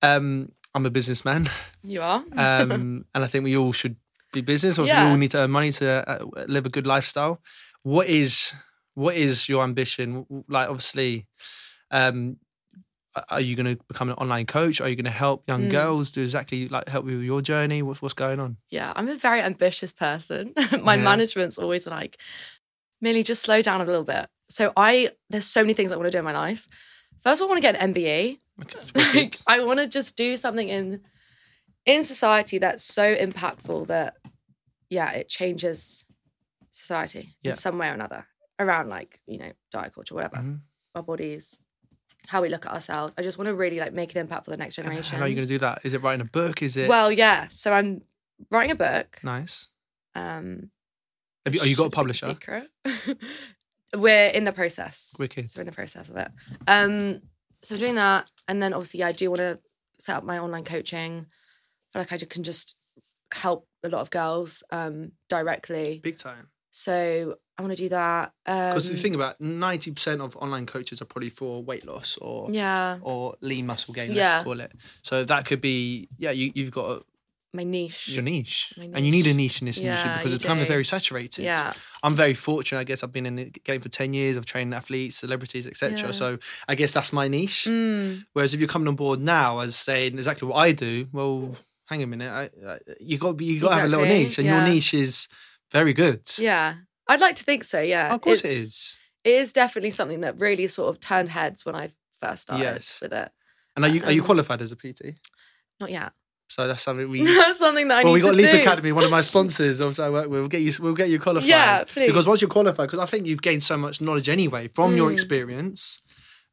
S1: Um, I'm a businessman.
S2: You are.
S1: Um, and I think we all should do business. Obviously,
S2: Yeah.
S1: we all need to earn money to uh, live a good lifestyle. What is what is your ambition? Like obviously, um, are you going to become an online coach? Are you going to help young
S2: Mm.
S1: girls? Do exactly like help you with your journey? What's what's going on?
S2: Yeah, I'm a very ambitious person. My
S1: Yeah.
S2: management's always like, Millie, just slow down a little bit. So I, there's so many things I want to do in my life. First of all, I want to get an MBA.
S1: Okay, so what's
S2: Like,
S1: it?
S2: I want to just do something in in society that's so impactful that, yeah, it changes society
S1: Yeah.
S2: in some way or another around like you know diet culture, whatever,
S1: Mhm.
S2: our bodies, how we look at ourselves. I just want to really like make an impact for the next generation.
S1: How are you going to do that? Is it writing a book? Is it
S2: Well, yeah. So I'm writing a book.
S1: nice?
S2: Um,
S1: Have you, oh, you got a
S2: should be
S1: publisher?
S2: Secret. We're in the process.
S1: Wicked.
S2: So we're in the process of it. Um, so I'm doing that, and then obviously, yeah, I do want to set up my online coaching. I feel like I ju- can just help a lot of girls um, directly.
S1: big time.
S2: So I want to do that.
S1: Because
S2: Um,
S1: the thing about ninety percent of online coaches are probably for weight loss or
S2: yeah,
S1: or lean muscle gain, let's
S2: Yeah.
S1: call it. So that could be yeah, you you've got a,
S2: my niche.
S1: your niche.
S2: My
S1: and you need a niche in this industry
S2: Yeah,
S1: because
S2: you
S1: it's becoming
S2: do.
S1: very saturated.
S2: Yeah.
S1: I'm very fortunate. I guess I've been in the game for ten years. I've trained athletes, celebrities, etc.
S2: Yeah.
S1: So I guess that's my niche.
S2: Mm,
S1: Whereas if you're coming on board now as saying exactly what I do, well, hang a minute, I, I, you got you got to have a little
S2: Exactly,
S1: niche, and
S2: yeah.
S1: your niche is very good. Oh,
S2: yeah. I'd like to think so. Yeah.
S1: of course
S2: it's,
S1: it is.
S2: It is definitely something that really sort of turned heads when I first started
S1: Yes.
S2: with it.
S1: And are you are you
S2: um,
S1: qualified as a PT?
S2: Not yet.
S1: So that's something we.
S2: That's something that I
S1: well, we
S2: need
S1: got
S2: to
S1: Leap
S2: do.
S1: Academy, one of my sponsors. Obviously, I work with. We'll get you. We'll get you qualified.
S2: Yeah, please.
S1: Because once you're qualified, because I think you've gained so much knowledge anyway from your
S2: Mm.
S1: experience.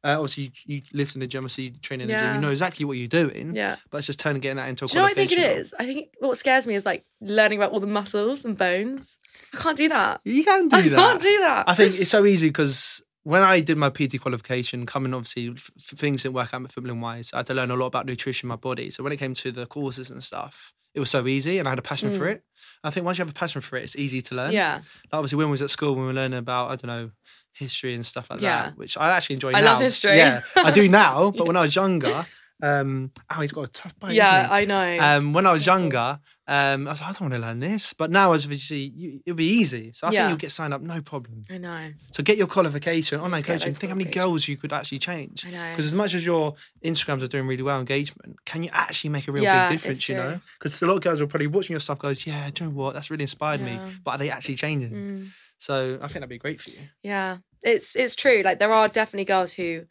S1: Uh, obviously, you, you lift in the gym, so you train in the gym.
S2: Yeah.
S1: You know exactly what you're doing.
S2: Yeah.
S1: But it's just turning getting that into a
S2: Do you know what I think
S1: qualification.
S2: it is? I think what scares me is like learning about all the muscles and bones. I can't do that.
S1: You can do
S2: I
S1: that.
S2: can't do that.
S1: I think it's so easy because when I did my PT qualification, coming obviously f- f- things didn't work out with Fiblin wise. I had to learn a lot about nutrition, in my body. So when it came to the courses and stuff, it was so easy, and I had a passion for it. I think once you have a passion for it, it's easy to learn.
S2: Mm. Yeah.
S1: Like, obviously, when we was at school, when we were learning about I don't know history and stuff like
S2: Yeah.
S1: that, which I actually enjoy.
S2: I
S1: now.
S2: love history.
S1: Yeah, I do now. But when I was younger, um, oh, he's got a tough bite. isn't
S2: Yeah,
S1: he?
S2: I know.
S1: um, when I was younger, um, I was like, I don't want to learn this. But now, as obviously, you, it'll be easy. So I
S2: Yeah.
S1: think you'll get signed up, no problem.
S2: I know.
S1: So get your qualification, online
S2: Let's get
S1: coaching.
S2: those
S1: Think how many
S2: qualifications.
S1: girls you could actually change.
S2: I know.
S1: Because as much as your Instagrams are doing really well, engagement, can you actually make a real
S2: Yeah,
S1: big
S2: it's
S1: difference? You
S2: true.
S1: know, because a lot of girls are probably watching your stuff. Goes, yeah, do you know what? That's really inspired
S2: Yeah.
S1: me. But are they actually changing?
S2: Mm,
S1: So I think that'd be great for you.
S2: yeah. It's it's true. Like there are definitely girls who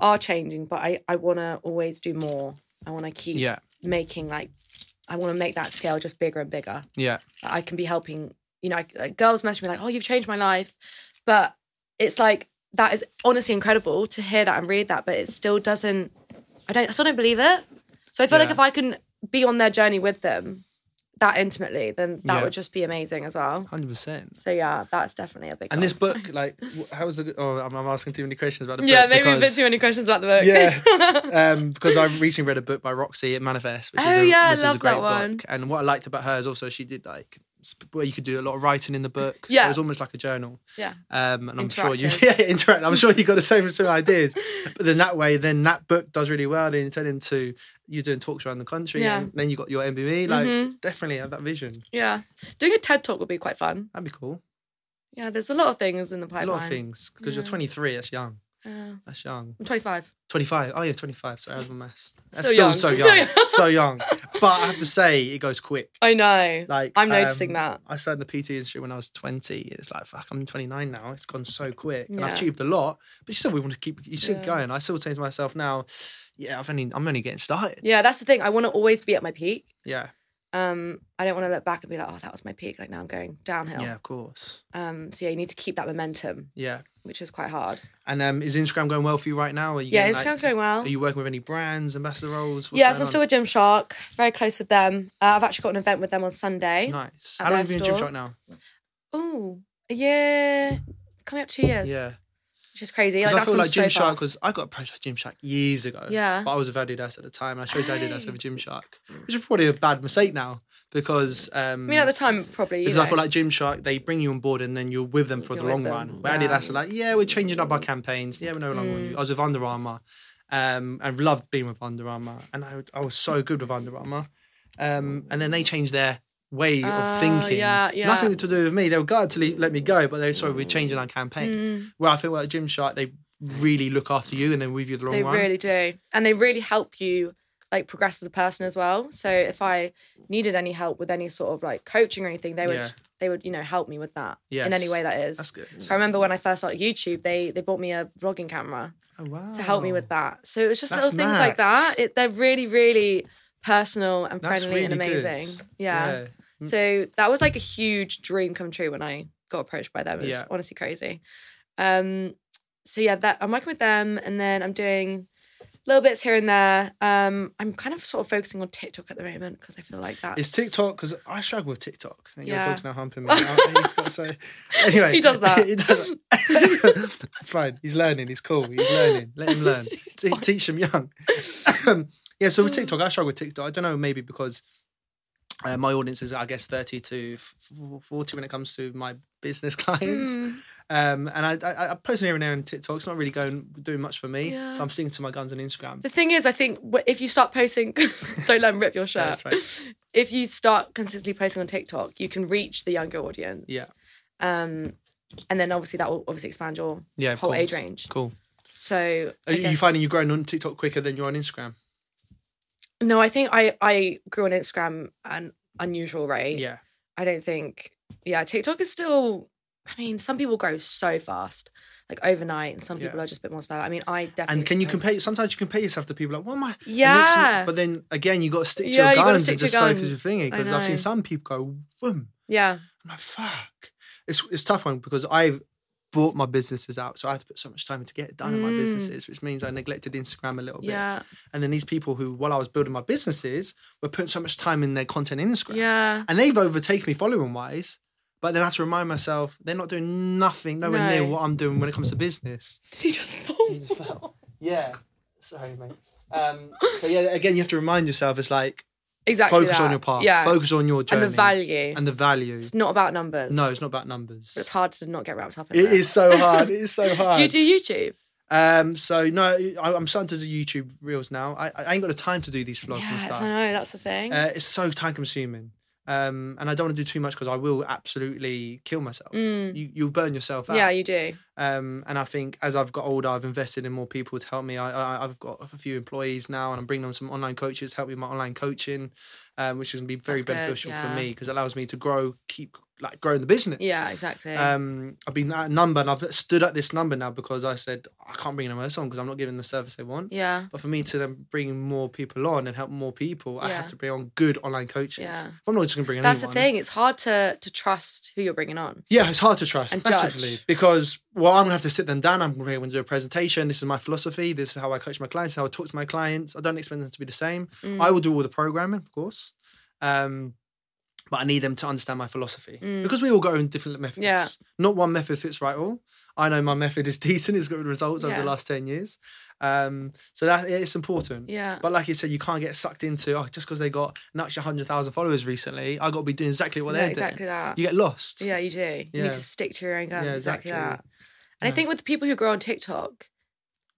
S2: are changing, but I, I wanna always do more. I wanna keep
S1: Yeah,
S2: making like I wanna make that scale just bigger and bigger.
S1: yeah,
S2: that I can be helping. You know, I, like, girls message me like, "Oh, you've changed my life," but it's like that is honestly incredible to hear that and read that, but it still doesn't. I don't. I still don't believe it. So I feel like
S1: Yeah.
S2: if I can be on their journey with them that intimately, then that
S1: Yeah.
S2: would just be amazing as well.
S1: hundred percent.
S2: So yeah, that's definitely a big.
S1: And
S2: goal.
S1: this book, like, wh- how was the? Oh, I'm, I'm asking too many questions about the
S2: yeah,
S1: book.
S2: maybe a bit
S1: because-
S2: too many questions about the book.
S1: Yeah, um, because I recently read a book by Roxy at Manifest, which is
S2: Oh,
S1: a,
S2: yeah, I
S1: which is a
S2: love that
S1: great
S2: one.
S1: book. And what I liked about her is also she did like sp- where you could do a lot of writing in the book. so
S2: Yeah.
S1: it was almost like a journal.
S2: yeah.
S1: Um, and I'm sure you
S2: Interactive.
S1: yeah, interact. I'm sure you got the same sort of ideas. But then that way, then that book does really well. Then you turn into you doing talks around the country,
S2: Yeah. Mm-hmm.
S1: and then you got your MBE. Like it's definitely have that vision.
S2: Yeah. Doing a TED talk would be quite fun.
S1: That'd be cool.
S2: Yeah, there's a lot of things in the pipeline.
S1: a lot of things because you're 23. That's young.
S2: Yeah.
S1: That's young.
S2: I'm 25.
S1: 25. Oh yeah, 25. Sorry, I was my maths. That's
S2: Still
S1: still
S2: young.
S1: so
S2: Still
S1: young.
S2: young.
S1: so young. But I have to say, it goes quick.
S2: I know.
S1: Like
S2: I'm noticing
S1: um,
S2: that.
S1: I started in the PT industry when I was 20. It's like fuck, I'm 29 now. It's gone so quick, and I've
S2: Yeah.
S1: achieved a lot. But still, we want to keep. You still
S2: Yeah.
S1: going. I still say to myself now, yeah, I've only I'm only getting started.
S2: Yeah, that's the thing. I want to always be at my peak.
S1: yeah,
S2: Um, I don't want to look back and be like, oh, that was my peak. Like now I'm going downhill.
S1: yeah, of course.
S2: Um, so yeah, you need to keep that momentum,
S1: Yeah.
S2: which is quite hard.
S1: And um, is Instagram going well for you right now? Are you
S2: Yeah,
S1: getting, like-
S2: Instagram's going well.
S1: Are you working with any brands, ambassador roles? What's
S2: yeah, so I'm
S1: going
S2: still with Gymshark, very close with them. Uh, I've actually got an event with them on Sunday.
S1: on? nice.
S2: at
S1: How long
S2: their
S1: have you been in
S2: store.
S1: Gymshark now?
S2: Oh, a year, coming up two years.
S1: Yeah.
S2: which is crazy. Like
S1: Because I
S2: that's
S1: feel
S2: gone
S1: like
S2: so
S1: Gymshark
S2: fast.
S1: was I got approached by Gymshark years ago.
S2: Yeah.
S1: But I was with Adidas at the time and I chose Adidas
S2: Hey.
S1: over Gymshark. Which is probably a bad mistake now because um
S2: I mean, at the time, probably. you
S1: because I
S2: know.
S1: feel like Gymshark, they bring you on board and then you're with them for
S2: You're
S1: the
S2: with
S1: long
S2: them,
S1: run. Where
S2: yeah. Mm.
S1: Adidas are like, yeah, we're changing up our campaigns. Yeah, we're no longer with you. I was with Under Armour. Um, I loved being with Under Armour, and I I was so good with Under Armour. Um, and then they changed their way
S2: Oh,
S1: of thinking.
S2: yeah, yeah.
S1: Nothing to do with me. They were glad to le- let me go, but they were sorry we're changing our campaign.
S2: Mm.
S1: Where I think like Gymshark, they really look after you and then with you the long
S2: they
S1: run.
S2: really do, and they really help you like progress as a person as well. So if I needed any help with any sort of like coaching or anything, they would
S1: Yeah.
S2: they would you know help me with that in any
S1: Yes.
S2: way that is.
S1: That's good.
S2: I remember when I first started YouTube, they they bought me a vlogging camera
S1: Oh wow.
S2: to help me with that. So it was just
S1: That's
S2: little things like
S1: mad.
S2: that. It, they're really, really personal and
S1: That's
S2: friendly and
S1: really good.
S2: amazing. Yeah. So that was like a huge dream come true when I got approached by them. It was
S1: Yeah.
S2: honestly crazy. Um, so yeah, that I'm working with them, and then I'm doing little bits here and there. Um, I'm kind of sort of focusing on TikTok at the moment because I feel like that's
S1: It's TikTok because I struggle with TikTok. And
S2: Yeah.
S1: Your dog's now humping me. now. he's got so. Anyway,
S2: He does that.
S1: he does. that. it's fine. He's learning. He's cool. He's learning. Let him learn. Te- teach him young. yeah. So with TikTok, I struggle with TikTok. I don't know. Maybe because Uh, my audience is, I guess, 30 to f- f- 40 when it comes to my business clients.
S2: Hmm. Mm.
S1: Um, and I, I, I post an here and there on TikTok. It's not really going doing much for me.
S2: Yeah.
S1: So I'm sticking to my guns on Instagram.
S2: The thing is, I think wh- if you start posting, don't let them rip your shirt.
S1: That's right.
S2: If you start consistently posting on TikTok, you can reach the younger audience.
S1: Yeah.
S2: Um, and then obviously that will obviously expand your
S1: Yeah. of
S2: whole age
S1: course.
S2: range.
S1: Cool.
S2: So I
S1: Are you, you
S2: guess-
S1: finding you're growing on TikTok quicker than you're on Instagram?
S2: No, I think I I grew on Instagram at an unusual rate.
S1: Yeah.
S2: I don't think. Yeah, TikTok is still. I mean, some people grow so fast, like overnight, and some people
S1: Yeah.
S2: are just a bit more slow. I mean, I definitely.
S1: And can you
S2: was-
S1: compare? Sometimes you compare yourself to people like, "What am I?" and then
S2: Yeah.
S1: some- but then again, you got to stick to
S2: Yeah,
S1: your
S2: you gotta
S1: guns
S2: stick
S1: and
S2: to
S1: just
S2: your
S1: focus
S2: guns.
S1: your thingy.
S2: I
S1: Because I've
S2: know.
S1: seen some people go, "Boom!"
S2: Yeah,
S1: I'm like, "Fuck!" It's it's a tough one because I've bought my businesses out, so I have to put so much time to get it done in my
S2: Mm.
S1: businesses, which means I neglected Instagram a little bit.
S2: yeah,
S1: And then these people who, while I was building my businesses, were putting so much time in their content in Instagram,
S2: yeah.
S1: and they've overtaken me following wise. But then I have to remind myself they're not doing nothing, nowhere near
S2: No.
S1: what I'm doing when it comes to business.
S2: Did you just fall?
S1: Yeah. Sorry, mate. Um, so yeah, again, you have to remind yourself it's like
S2: Exactly.
S1: focus
S2: that.
S1: on your path,
S2: Yeah.
S1: focus on your journey,
S2: and the value.
S1: and the value.
S2: it's not about numbers.
S1: No, it's not about
S2: It's
S1: numbers.
S2: hard to not get wrapped up in
S1: It
S2: that.
S1: is so hard. It is so hard.
S2: Do you do YouTube?
S1: um, so no, I, I'm starting to do YouTube reels now. I, I ain't got the time to do these vlogs and
S2: Yes,
S1: stuff.
S2: I know. That's the thing.
S1: Uh, it's so time consuming. Um, and I don't want to do too much because I will absolutely kill myself.
S2: Mm.
S1: You, you'll burn yourself out.
S2: yeah, you do.
S1: Um, and I think as I've got older, I've invested in more people to help me. I, I, I've got a few employees now, and I'm bringing on some online coaches to help me with my online coaching, um, which is going to be very
S2: That's good,
S1: beneficial
S2: yeah.
S1: for me because it allows me to grow, keep like growing the business.
S2: Yeah, exactly.
S1: Um, I've been at a number, and I've stood at this number now because I said I can't bring anyone else on because I'm not giving the service they want.
S2: yeah,
S1: But for me to then bring more people on and help more people, I have
S2: Yeah.
S1: to bring on good online coaches.
S2: Yeah.
S1: I'm not just going to bring
S2: that's the
S1: anyone.
S2: thing. It's hard to to trust who you're bringing on.
S1: Yeah, it's hard to trust
S2: And
S1: massively
S2: judge.
S1: because well, I'm gonna have to sit them down. I'm gonna be able to do a presentation. This is my philosophy. This is how I coach my clients. How I talk to my clients. I don't expect them to be the same.
S2: Mm.
S1: I will do all the programming, of course, um, but I need them to understand my philosophy because we all go in different methods.
S2: Mm. Yeah.
S1: Not one method fits right all. I know my method is decent. It's got good results over
S2: Yeah.
S1: the last ten years. Um, so that it's important.
S2: Yeah.
S1: But like you said, you can't get sucked into oh just because they got an extra hundred thousand followers recently. I got to be doing exactly what
S2: Yeah,
S1: they're
S2: exactly
S1: doing.
S2: that.
S1: You get lost.
S2: Yeah, you do. You
S1: Yeah.
S2: need to stick to your own guns.
S1: Yeah,
S2: exactly,
S1: exactly.
S2: that. And I think with the people who grow on TikTok,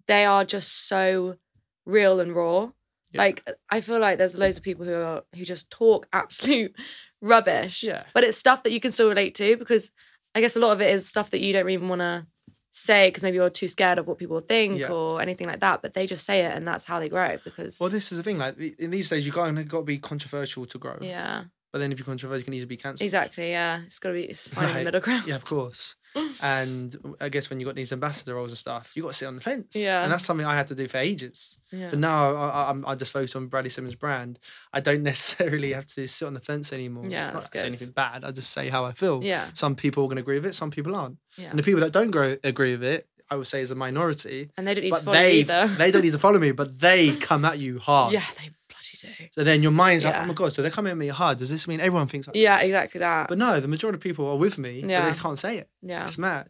S2: they are just so real and raw.
S1: Yeah.
S2: Like I feel like there's loads of people who are who just talk absolute rubbish.
S1: Yeah.
S2: But it's stuff that you can still relate to because I guess a lot of it is stuff that you don't even want to say because maybe you're too scared of what people think
S1: Yeah.
S2: or anything like that. But they just say it and that's how they grow because
S1: Well, this is the thing. Like i- in these days, you kind of got to be controversial to grow.
S2: yeah,
S1: But then if you're controversial, you can easily be cancelled.
S2: exactly. Yeah, it's got to be it's finding
S1: Right.
S2: the middle ground.
S1: Yeah, of course. and I guess when you got these ambassador roles and stuff, you got to sit on the fence.
S2: Yeah.
S1: And that's something I had to do for ages.
S2: Yeah.
S1: But now I, I, I'm- I just focus on Bradley Simmons' brand. I don't necessarily have to sit on the fence anymore.
S2: Yeah,
S1: Not
S2: that's
S1: that I say
S2: good.
S1: anything bad. I just say how I feel.
S2: Yeah.
S1: Some people are going to agree with it. Some people aren't.
S2: Yeah.
S1: And the people that don't grow, agree with it, I would say is a minority.
S2: And they don't need to
S1: But
S2: follow you
S1: they
S2: either.
S1: they don't need to follow me, but they come at you hard.
S2: yeah, they bloody do.
S1: So then your mind's like,
S2: Yeah.
S1: oh my god, so they're coming at me hard. Does this mean everyone thinks like
S2: Yeah,
S1: this?
S2: exactly that.
S1: But no, the majority of people are with me,
S2: Yeah.
S1: but they can't say it.
S2: yeah.
S1: It's mad.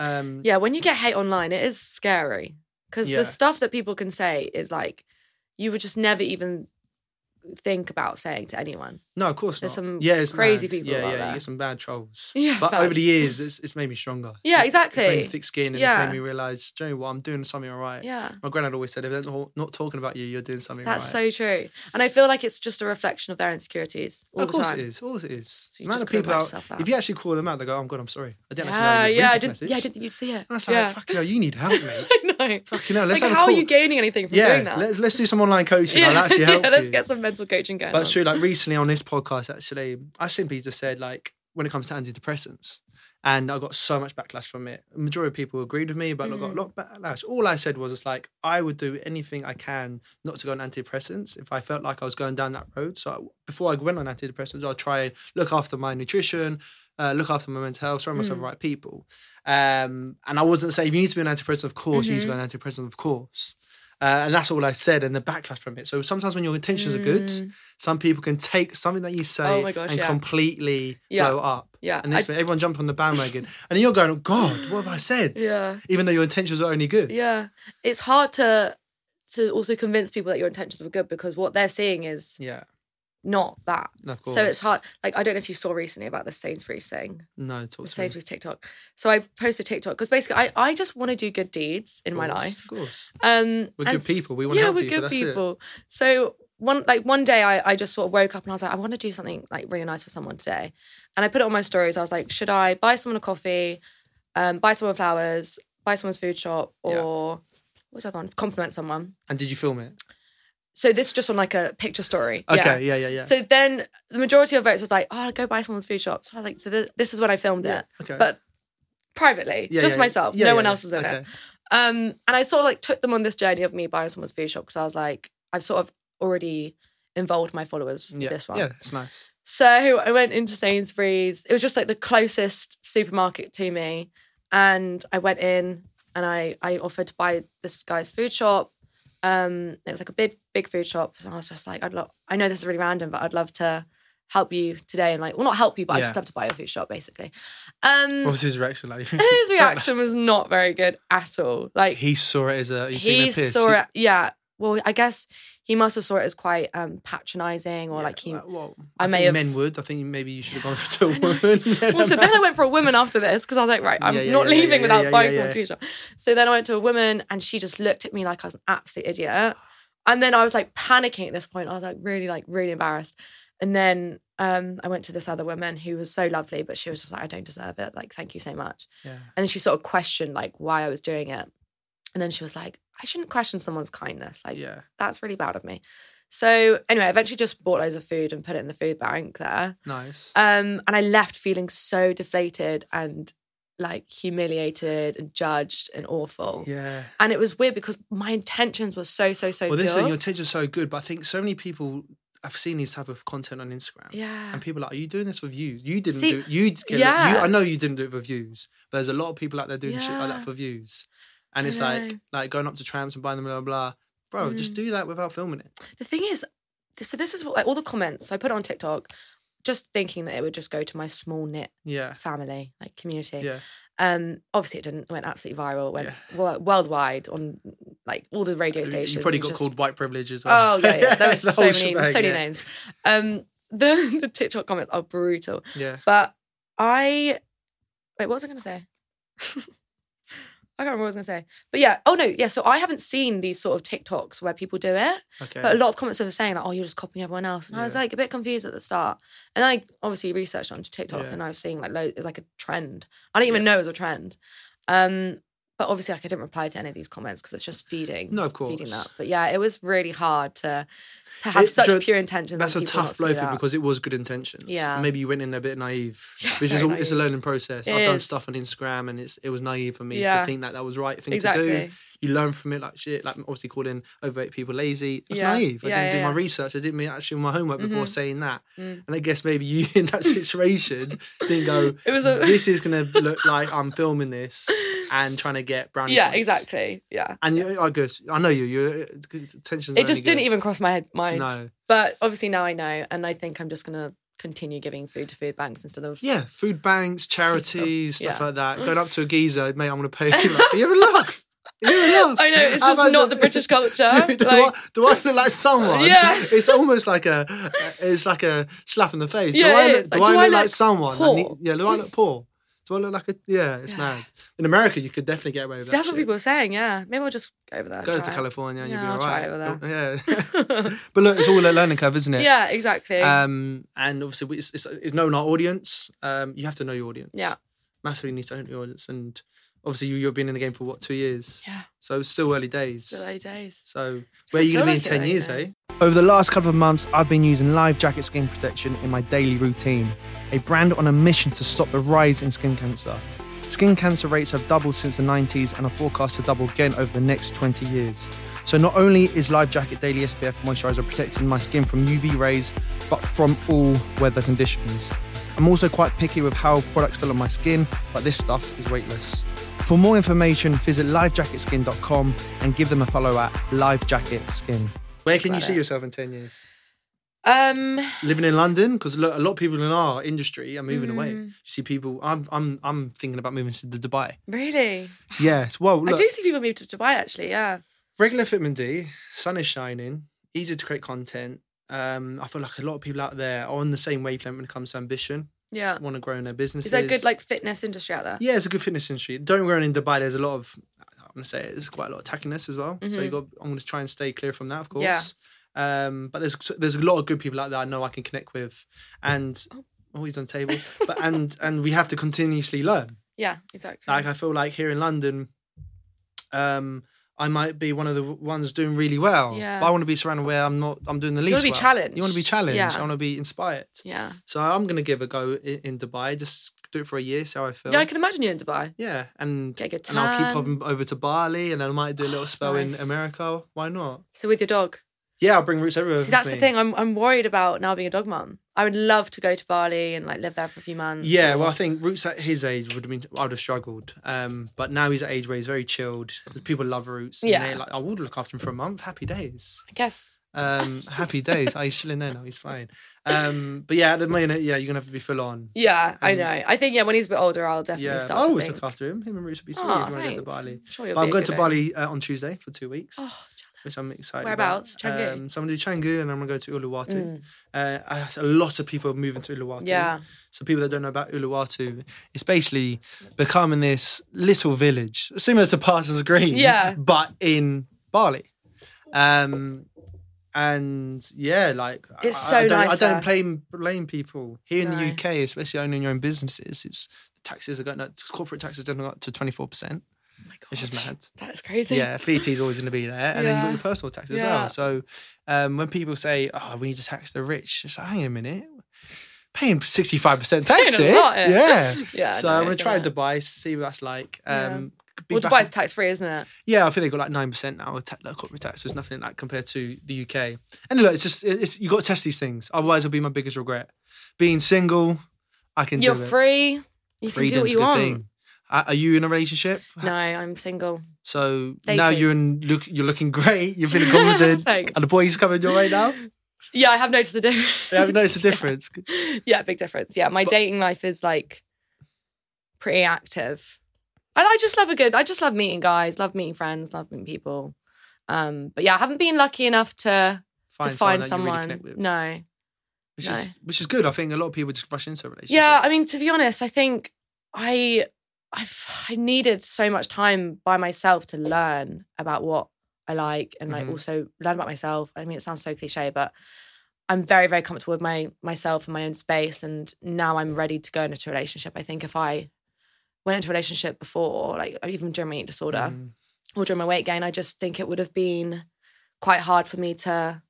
S1: Um,
S2: Yeah, when you get hate online, it is scary because the
S1: Yes.
S2: stuff that people can say is like you would just never even think about saying to anyone.
S1: No, of course
S2: There's
S1: not.
S2: some
S1: yeah, it's
S2: crazy
S1: mad.
S2: people
S1: Yeah,
S2: out
S1: yeah,
S2: there.
S1: you get some bad trolls.
S2: Yeah,
S1: but
S2: bad.
S1: over the years, it's, it's made me stronger.
S2: Yeah,
S1: It's made
S2: exactly.
S1: me thick skin, and
S2: Yeah.
S1: it's made me realize, do you know what, I'm doing something all right.
S2: Yeah.
S1: My granddad always said, if they're not- not talking about you, you're doing something
S2: That's
S1: right.
S2: so true. And I feel like it's just a reflection of their insecurities all
S1: of
S2: the
S1: course
S2: time.
S1: it is. Of course it is.
S2: So
S1: the
S2: you
S1: amount
S2: just
S1: of
S2: gotta
S1: people
S2: watch
S1: out,
S2: yourself out.
S1: if you actually call them out, they go, "Oh, "I'm God, I'm sorry. I didn't actually know
S2: Yeah,
S1: you.
S2: yeah, I
S1: this
S2: didn't,
S1: message."
S2: yeah, I didn't think you'd see it.
S1: And I was like,
S2: yeah.
S1: "Fucking hell, you need help, mate.
S2: I know.
S1: Fucking hell, let's
S2: like,
S1: have a
S2: how are
S1: call.
S2: you gaining anything from
S1: yeah,
S2: doing that?
S1: let's let's do some online coaching. I'll actually help
S2: let's
S1: you.
S2: get some mental coaching going.
S1: But
S2: on.
S1: it's true, like recently on this podcast, actually, I simply just said like when it comes to antidepressants, and I got so much backlash from it. majority of people agreed with me, but I got a lot of backlash. All I said was it's like I would do anything I can not to go on antidepressants if I felt like I was going down that road. So I- before I went on antidepressants, I'd try and look after my nutrition. Uh, look after my mental health, surround myself with the right people. Um, and I wasn't saying, if you need to be on antidepressant, of course, you need to go on antidepressant, of course. Uh, and that's all I said, and the backlash from it. So sometimes when your intentions are good, some people can take something that you say
S2: Oh my gosh,
S1: and
S2: yeah.
S1: completely
S2: Yeah.
S1: blow up.
S2: Yeah,
S1: And this
S2: I-
S1: way, everyone jump on the bandwagon. and then you're going, oh, God, what have I said?
S2: Yeah.
S1: Even though your intentions are only good.
S2: Yeah, it's hard to to also convince people that your intentions were good because what they're seeing is
S1: Yeah.
S2: not that.
S1: Of course.
S2: So it's hard. Like I don't know if you saw recently about the Sainsbury's thing,
S1: No, talk
S2: the
S1: to me.
S2: Sainsbury's TikTok. So I posted TikTok because basically I, I just want to do good deeds in my
S1: Of course,
S2: life.
S1: Of course.
S2: Um,
S1: We're
S2: and
S1: good people. We wanna
S2: yeah,
S1: help
S2: we're
S1: people,
S2: good
S1: that's it.
S2: people. So one like one day, I, I just sort of woke up and I was like, I want to do something like really nice for someone today. And I put it on my stories. I was like, should I buy someone a coffee, um, buy someone flowers, buy someone's food shop,
S1: Yeah.
S2: or what's the other one? Compliment someone.
S1: And did you film it?
S2: So this is just on like a picture story. Yeah.
S1: Okay, yeah, yeah, yeah.
S2: So then the majority of votes was like, oh, go buy someone's food shop. So I was like, so this, this is when I filmed it,
S1: okay.
S2: but privately,
S1: Yeah,
S2: just
S1: yeah,
S2: myself.
S1: yeah,
S2: no
S1: yeah,
S2: one
S1: yeah.
S2: else was in it.
S1: Okay.
S2: Um, and I sort of like took them on this journey of me buying someone's food shop because I was like, I've sort of already involved my followers with
S1: Yeah.
S2: this one.
S1: Yeah, it's nice.
S2: So I went into Sainsbury's. It was just like the closest supermarket to me. And I went in and I, I offered to buy this guy's food shop. Um, it was like a big, big food shop. And I was just like, I'd love, I know this is really random, but I'd love to help you today. And like, well, not help you, but I
S1: Yeah.
S2: just love to buy your food shop basically. Um,
S1: What was his reaction like?
S2: his reaction was not very good at all. Like,
S1: he saw it as a.
S2: he saw it. Yeah. Well, I guess he must have saw it as quite um patronizing or like he.
S1: Well,
S2: I
S1: I,
S2: may
S1: think
S2: have-
S1: men would. I think maybe you should have gone for a woman. than
S2: Well,
S1: a
S2: so then I went for a woman after this because I was like, right, I'm
S1: Yeah, yeah,
S2: not
S1: yeah, yeah,
S2: leaving
S1: yeah,
S2: without
S1: yeah,
S2: buying
S1: yeah,
S2: someone's future. So then I went to a woman and she just looked at me like I was an absolute idiot. And then I was like panicking at this point. I was like really, like really embarrassed. And then um, I went to this other woman who was so lovely, but she was just like, I don't deserve it. Like, thank you so much.
S1: Yeah.
S2: And then she sort of questioned like why I was doing it. And then she was like, I shouldn't question someone's kindness. Like,
S1: Yeah,
S2: that's really bad of me. So anyway, I eventually just bought loads of food and put it in the food bank there.
S1: nice.
S2: Um, and I left feeling so deflated and like humiliated and judged and awful.
S1: yeah.
S2: And it was weird because my intentions were so, so, so
S1: Well,
S2: pure.
S1: this thing, your intentions so good, but I think so many people I've seen these type of content on Instagram.
S2: yeah.
S1: And people are like, are you doing this for views? You didn't
S2: See,
S1: do you, d- get-
S2: yeah.
S1: you I know you didn't do it for views, but there's a lot of people out there doing shit like
S2: Yeah.
S1: that for views. And
S2: I
S1: it's like
S2: know. Mm.
S1: like going up to tramps and buying them blah blah. blah. Bro, just do that without filming it.
S2: The thing is, this- so this is what like, all the comments. So I put it on TikTok, just thinking that it would just go to my small knit
S1: Yeah.
S2: family, like community.
S1: Yeah.
S2: Um, obviously it didn't. It went absolutely viral. It went
S1: Yeah.
S2: wo- worldwide on like all the radio
S1: You-
S2: stations.
S1: You probably
S2: It
S1: got
S2: just-
S1: called white privilege as well.
S2: Oh yeah, yeah. There was
S1: The
S2: so
S1: whole
S2: many,
S1: shebang,
S2: so many
S1: yeah.
S2: names. Um, the the TikTok comments are brutal.
S1: Yeah.
S2: But I wait, what was I gonna say? I can't remember what I was gonna say. But yeah, oh no, yeah. So I haven't seen these sort of TikToks where people do it,
S1: Okay.
S2: but a lot of comments were saying like, "Oh, you're just copying everyone else," and I was
S1: Yeah.
S2: like a bit confused at the start. And I obviously researched onto TikTok,
S1: Yeah.
S2: and I was seeing like loads, it was like a trend. I didn't even know it was a trend. Um, but obviously, like, I didn't reply to any of these comments because it's just feeding
S1: No, of course.
S2: feeding that. But yeah, it was really hard to to have
S1: It-
S2: such
S1: Joe,
S2: pure intentions.
S1: That's
S2: and
S1: a
S2: people not
S1: tough
S2: see
S1: blow for you
S2: that.
S1: because it was good intentions.
S2: Yeah.
S1: Maybe you went in there a bit naive,
S2: Yeah,
S1: which is
S2: very
S1: a, it's a
S2: naive.
S1: learning process.
S2: It
S1: I've done
S2: is.
S1: stuff on Instagram and it's it was naive for me
S2: Yeah.
S1: to think that that was the right thing to
S2: Exactly.
S1: do. You learn from it like shit, like obviously calling overweight people lazy. That's
S2: Yeah.
S1: naive. I
S2: Yeah,
S1: didn't
S2: yeah,
S1: do my
S2: yeah.
S1: research. I didn't make actually my homework before
S2: Mhm.
S1: saying that.
S2: Mm.
S1: And I guess maybe you in that situation didn't go.
S2: It was a-
S1: this is gonna look like I'm filming this and trying to get brownie.
S2: yeah,
S1: points."
S2: exactly. Yeah,
S1: And you, I guess I know you. Your uh, tensions.
S2: it just didn't even cross my head mind.
S1: No.
S2: But obviously now I know, and I think I'm just gonna continue giving food to food banks instead of
S1: Yeah, food banks, charities, stuff
S2: Yeah. Mm.
S1: like that. Going up to a geezer, mate, I'm going to pay you. Like, Are you in love? Are you in love?
S2: I know it's
S1: How
S2: just
S1: about
S2: not
S1: some-
S2: the British culture.
S1: Do, do
S2: like,
S1: I, do I look like someone?
S2: Yeah.
S1: It's almost like a, it's like a slap in the face.
S2: Yeah,
S1: do I
S2: it
S1: look,
S2: is.
S1: do
S2: Like,
S1: I
S2: do I
S1: look like
S2: look
S1: someone? I
S2: poor?
S1: need- yeah, do I look poor? Do I look like a? Yeah, it's
S2: Yeah.
S1: mad. In America, you could definitely get away with
S2: See,
S1: that.
S2: that's what
S1: shit.
S2: people are saying. Yeah, maybe I'll just go over there.
S1: go to
S2: and try it.
S1: California and
S2: Yeah,
S1: you'll be
S2: I'll try
S1: alright. Yeah,
S2: over
S1: but look, it's all a learning curve, isn't it?
S2: Yeah, exactly.
S1: Um, and obviously, we- it's, it's, it's knowing our audience. Um, you have to know your audience.
S2: Yeah.
S1: massively need to own your audience, and obviously, you, you've been in the game for what two years?
S2: Yeah.
S1: So it's still early days.
S2: Still early days.
S1: so where are you
S2: feel
S1: going to be in
S2: like it
S1: ten
S2: right
S1: years,
S2: now.
S1: eh?
S3: Over the last couple of months, I've been using Live Jacket Skin Protection in my daily routine, a brand on a mission to stop the rise in skin cancer. Skin cancer rates have doubled since the 90s and are forecast to double again over the next 20 years. So, not only is Live Jacket Daily SPF Moisturizer protecting my skin from UV rays, but from all weather conditions. I'm also quite picky with how products feel on my skin, but this stuff is weightless. For more information, visit livejacketskin.com and give them a follow at Live Jacket Skin.
S1: Where can you
S2: about
S1: see
S2: it.
S1: yourself in ten years?
S2: Um,
S1: Living in London, because look, a lot of people in our industry are
S2: Mm.
S1: moving away. You see people. I'm I'm I'm thinking about moving to the Dubai.
S2: really,
S1: Yes. Well,
S2: I
S1: look,
S2: do see people move to Dubai. Actually, yeah.
S1: regular Fitman D. Sun is shining. Easy to create content. Um, I feel like a lot of people out there are on the same wavelength when it comes to ambition,
S2: Yeah.
S1: want to grow in their businesses.
S2: Is there a good like fitness industry out there?
S1: Yeah, it's a good fitness industry. Don't grow in Dubai. There's a lot of, I'm gonna say it, there's quite a lot of tackiness as well. So you got, I'm gonna try and stay clear from that, of course.
S2: Mm-hmm. Yeah.
S1: Um, but there's there's a lot of good people out there I know I can connect with, and oh, he's on the table. but and and we have to continuously learn.
S2: Yeah, exactly.
S1: Like I feel like here in London, um, I might be one of the ones doing really well.
S2: Yeah.
S1: But I want to be surrounded where I'm not. I'm doing the least.
S2: wanna be
S1: well.
S2: challenged.
S1: You want to be challenged.
S2: Yeah.
S1: I want to be inspired.
S2: yeah.
S1: So I'm gonna give a go in, in Dubai. Just do it for a year, see how I feel.
S2: Yeah, I can imagine you in Dubai.
S1: Yeah, and
S2: Get a good
S1: and I'll keep
S2: tan.
S1: popping over to Bali, and then I might do a little spell
S2: nice.
S1: in America. Why not?
S2: So with your dog.
S1: Yeah, I'll bring roots over.
S2: See, that's the thing. I'm I'm worried about now being a dog mum. I would love to go to Bali and like live there for a few months.
S1: Yeah,
S2: or-
S1: well, I think Roots at his age would have been I'd have struggled, um, but now he's at age where he's very chilled. People love Roots. and
S2: Yeah.
S1: they're like I would look after him for a month. Happy days.
S2: I guess.
S1: Um, happy days. Oh, he's still in there now. He's fine. Um, but yeah, at the minute, yeah, you're gonna have to be full on.
S2: Yeah, I
S1: And-
S2: know. I think yeah, when he's a bit older, I'll definitely
S1: Yeah, Oh, I
S2: start. to
S1: always
S2: think.
S1: look after him. Him and Roots would be sweet
S2: Aw,
S1: if you want to go to
S2: thanks.
S1: Bali.
S2: I'm sure you'll
S1: But I'm
S2: be a
S1: going
S2: good
S1: to
S2: egg.
S1: Bali uh, on Tuesday for two weeks.
S2: Oh,
S1: which I'm excited.
S2: Whereabouts?
S1: About.
S2: Changi?
S1: Um, so I'm gonna do Changu, and I'm gonna go to Uluwatu. Uh, I- a lot of people are moving to Uluwatu.
S2: Yeah.
S1: So people that don't know about Uluwatu, it's basically becoming this little village similar to Parsons Green.
S2: Yeah.
S1: But in Bali. Um, and yeah, like I-
S2: It's
S1: I,
S2: so
S1: don't,
S2: nice
S1: I don't
S2: there.
S1: blame blame people here in
S2: No.
S1: the UK, especially owning your own businesses. It's taxes are going up. Corporate taxes are going up to twenty four percent.
S2: my God.
S1: It's just mad.
S2: That's crazy.
S1: Yeah, VAT is always going to be there, and then you've got
S2: Yeah.
S1: your personal tax as
S2: Yeah.
S1: well. So um, when people say, "Oh, we need to tax the rich," it's like, hang on a minute, paying sixty five percent tax
S2: Paying a
S1: here,
S2: lot, eh?
S1: yeah.
S2: Yeah,
S1: So
S2: no,
S1: I'm gonna try
S2: yeah.
S1: Dubai, see what that's like. Um, be
S2: Well,
S1: back-
S2: Dubai's tax free, isn't it?
S1: yeah, I think they got like nine percent now of ta- like corporate tax. So it's nothing like compared to the UK. And look, it's just it's, you got to test these things. Otherwise, it'll be my biggest regret. Being single, I can
S2: You're
S1: do it.
S2: free. You can do what
S1: Freedom's
S2: you
S1: a good
S2: want.
S1: thing. Are are you in a relationship?
S2: No, I'm single.
S1: So
S2: They
S1: now
S2: do.
S1: you're in look you're looking great, you're feeling confident.
S2: Thanks.
S1: Are the boys coming your way now?
S2: Yeah, I have noticed the difference.
S1: They haven't noticed the difference.
S2: yeah, big difference. Yeah, my dating life is like pretty active. And I just love a good, I just love meeting guys, love meeting friends, love meeting people. Um, but yeah, I haven't been lucky enough to to find someone.
S1: that you really connect with,
S2: no.
S1: Which is which is good. I think a lot of people just rush into a relationship.
S2: Yeah, I mean, to be honest, I think I I've I needed so much time by myself to learn about what I like and like
S1: Mhm.
S2: also learn about myself. I mean, it sounds so cliche, but I'm very, very comfortable with my myself and my own space. And now I'm ready to go into a relationship. I think if I went into a relationship before, like even during my eating disorder,
S1: Mm.
S2: or during my weight gain, I just think it would have been quite hard for me to.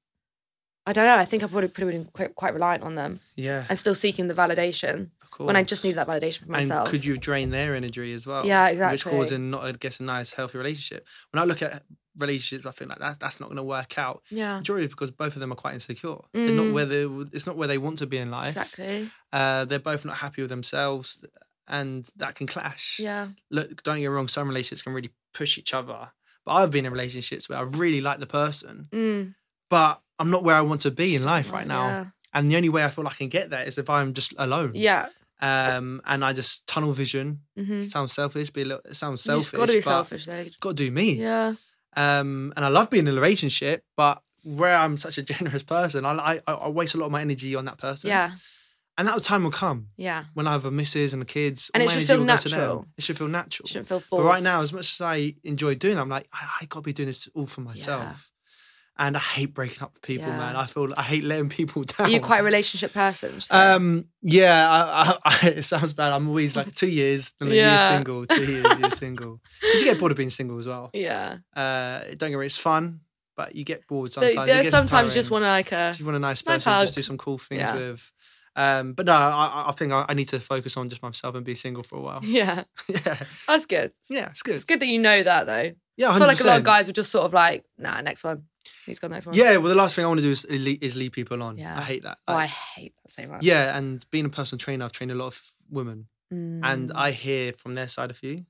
S2: I don't know. I think I probably would have been quite, quite reliant on them
S1: Yeah.
S2: and still seeking the validation
S1: Of course.
S2: when I just needed that validation for myself.
S1: And could you drain their energy as well?
S2: Yeah,
S1: Which
S2: exactly.
S1: causing not I guess a nice healthy relationship. When I look at relationships, I think like that that's not gonna work out.
S2: yeah,
S1: Majority because both of them are quite insecure. They're not
S2: Mm.
S1: where they would- it's not where they want to be in life.
S2: exactly.
S1: Uh, they're both not happy with themselves and that can clash.
S2: Yeah,
S1: look, don't get me wrong, some relationships can really push each other. But I've been in relationships where I really like the person,
S2: mm,
S1: but I'm not where I want to be in life right now.
S2: Yeah.
S1: And the only way I feel I can get there is if I'm just alone.
S2: yeah.
S1: Um, and I just tunnel vision.
S2: Mm-hmm.
S1: Sounds selfish, be a little, it sounds
S2: You
S1: selfish.
S2: just got to be
S1: but
S2: selfish, though.
S1: Got to do me.
S2: Yeah,
S1: Um, and I love being in a relationship, but where I'm such a generous person, I, I I waste a lot of my energy on that person.
S2: yeah,
S1: And that time will come
S2: yeah.
S1: when I have a missus and the kids.
S2: And
S1: all
S2: it
S1: my
S2: should
S1: energy
S2: feel
S1: will go to them.
S2: natural.
S1: It should feel natural.
S2: Shouldn't feel forced.
S1: But right now, as much as I enjoy doing, it, I'm like, I, I gotta be doing this all for myself. And I hate breaking up with people,
S2: Yeah.
S1: man. I feel I hate letting people down.
S2: are you quite a relationship person? Would you say?
S1: Um, yeah, I, I, I, it sounds bad. I'm always like two years, and a year
S2: Yeah.
S1: single, two years, year single. But you get bored of being single as well.
S2: yeah.
S1: Uh, don't get me wrong, it's fun, but you get bored
S2: There,
S1: sometimes. It
S2: there's
S1: gets
S2: sometimes you just
S1: tiring.
S2: want to like uh, a.
S1: If you want a nice
S2: Nice
S1: person, just
S2: hug.
S1: do some cool things
S2: Yeah.
S1: with. Um, but no, I, I- I think I, I need to focus on just myself and be single for a while.
S2: Yeah,
S1: yeah,
S2: that's good.
S1: yeah, it's good.
S2: It's good that you know that though.
S1: Yeah, 100%.
S2: I feel like a lot of guys were just sort of like, nah, next one. He's got next one.
S1: Yeah, well, the last thing I want to do is lead, is lead people on.
S2: Yeah.
S1: I hate that.
S2: Oh, I
S1: Like,
S2: hate that so much.
S1: yeah, and being a personal trainer, I've trained a lot of women,
S2: Mm.
S1: and uh, I hear from their side of you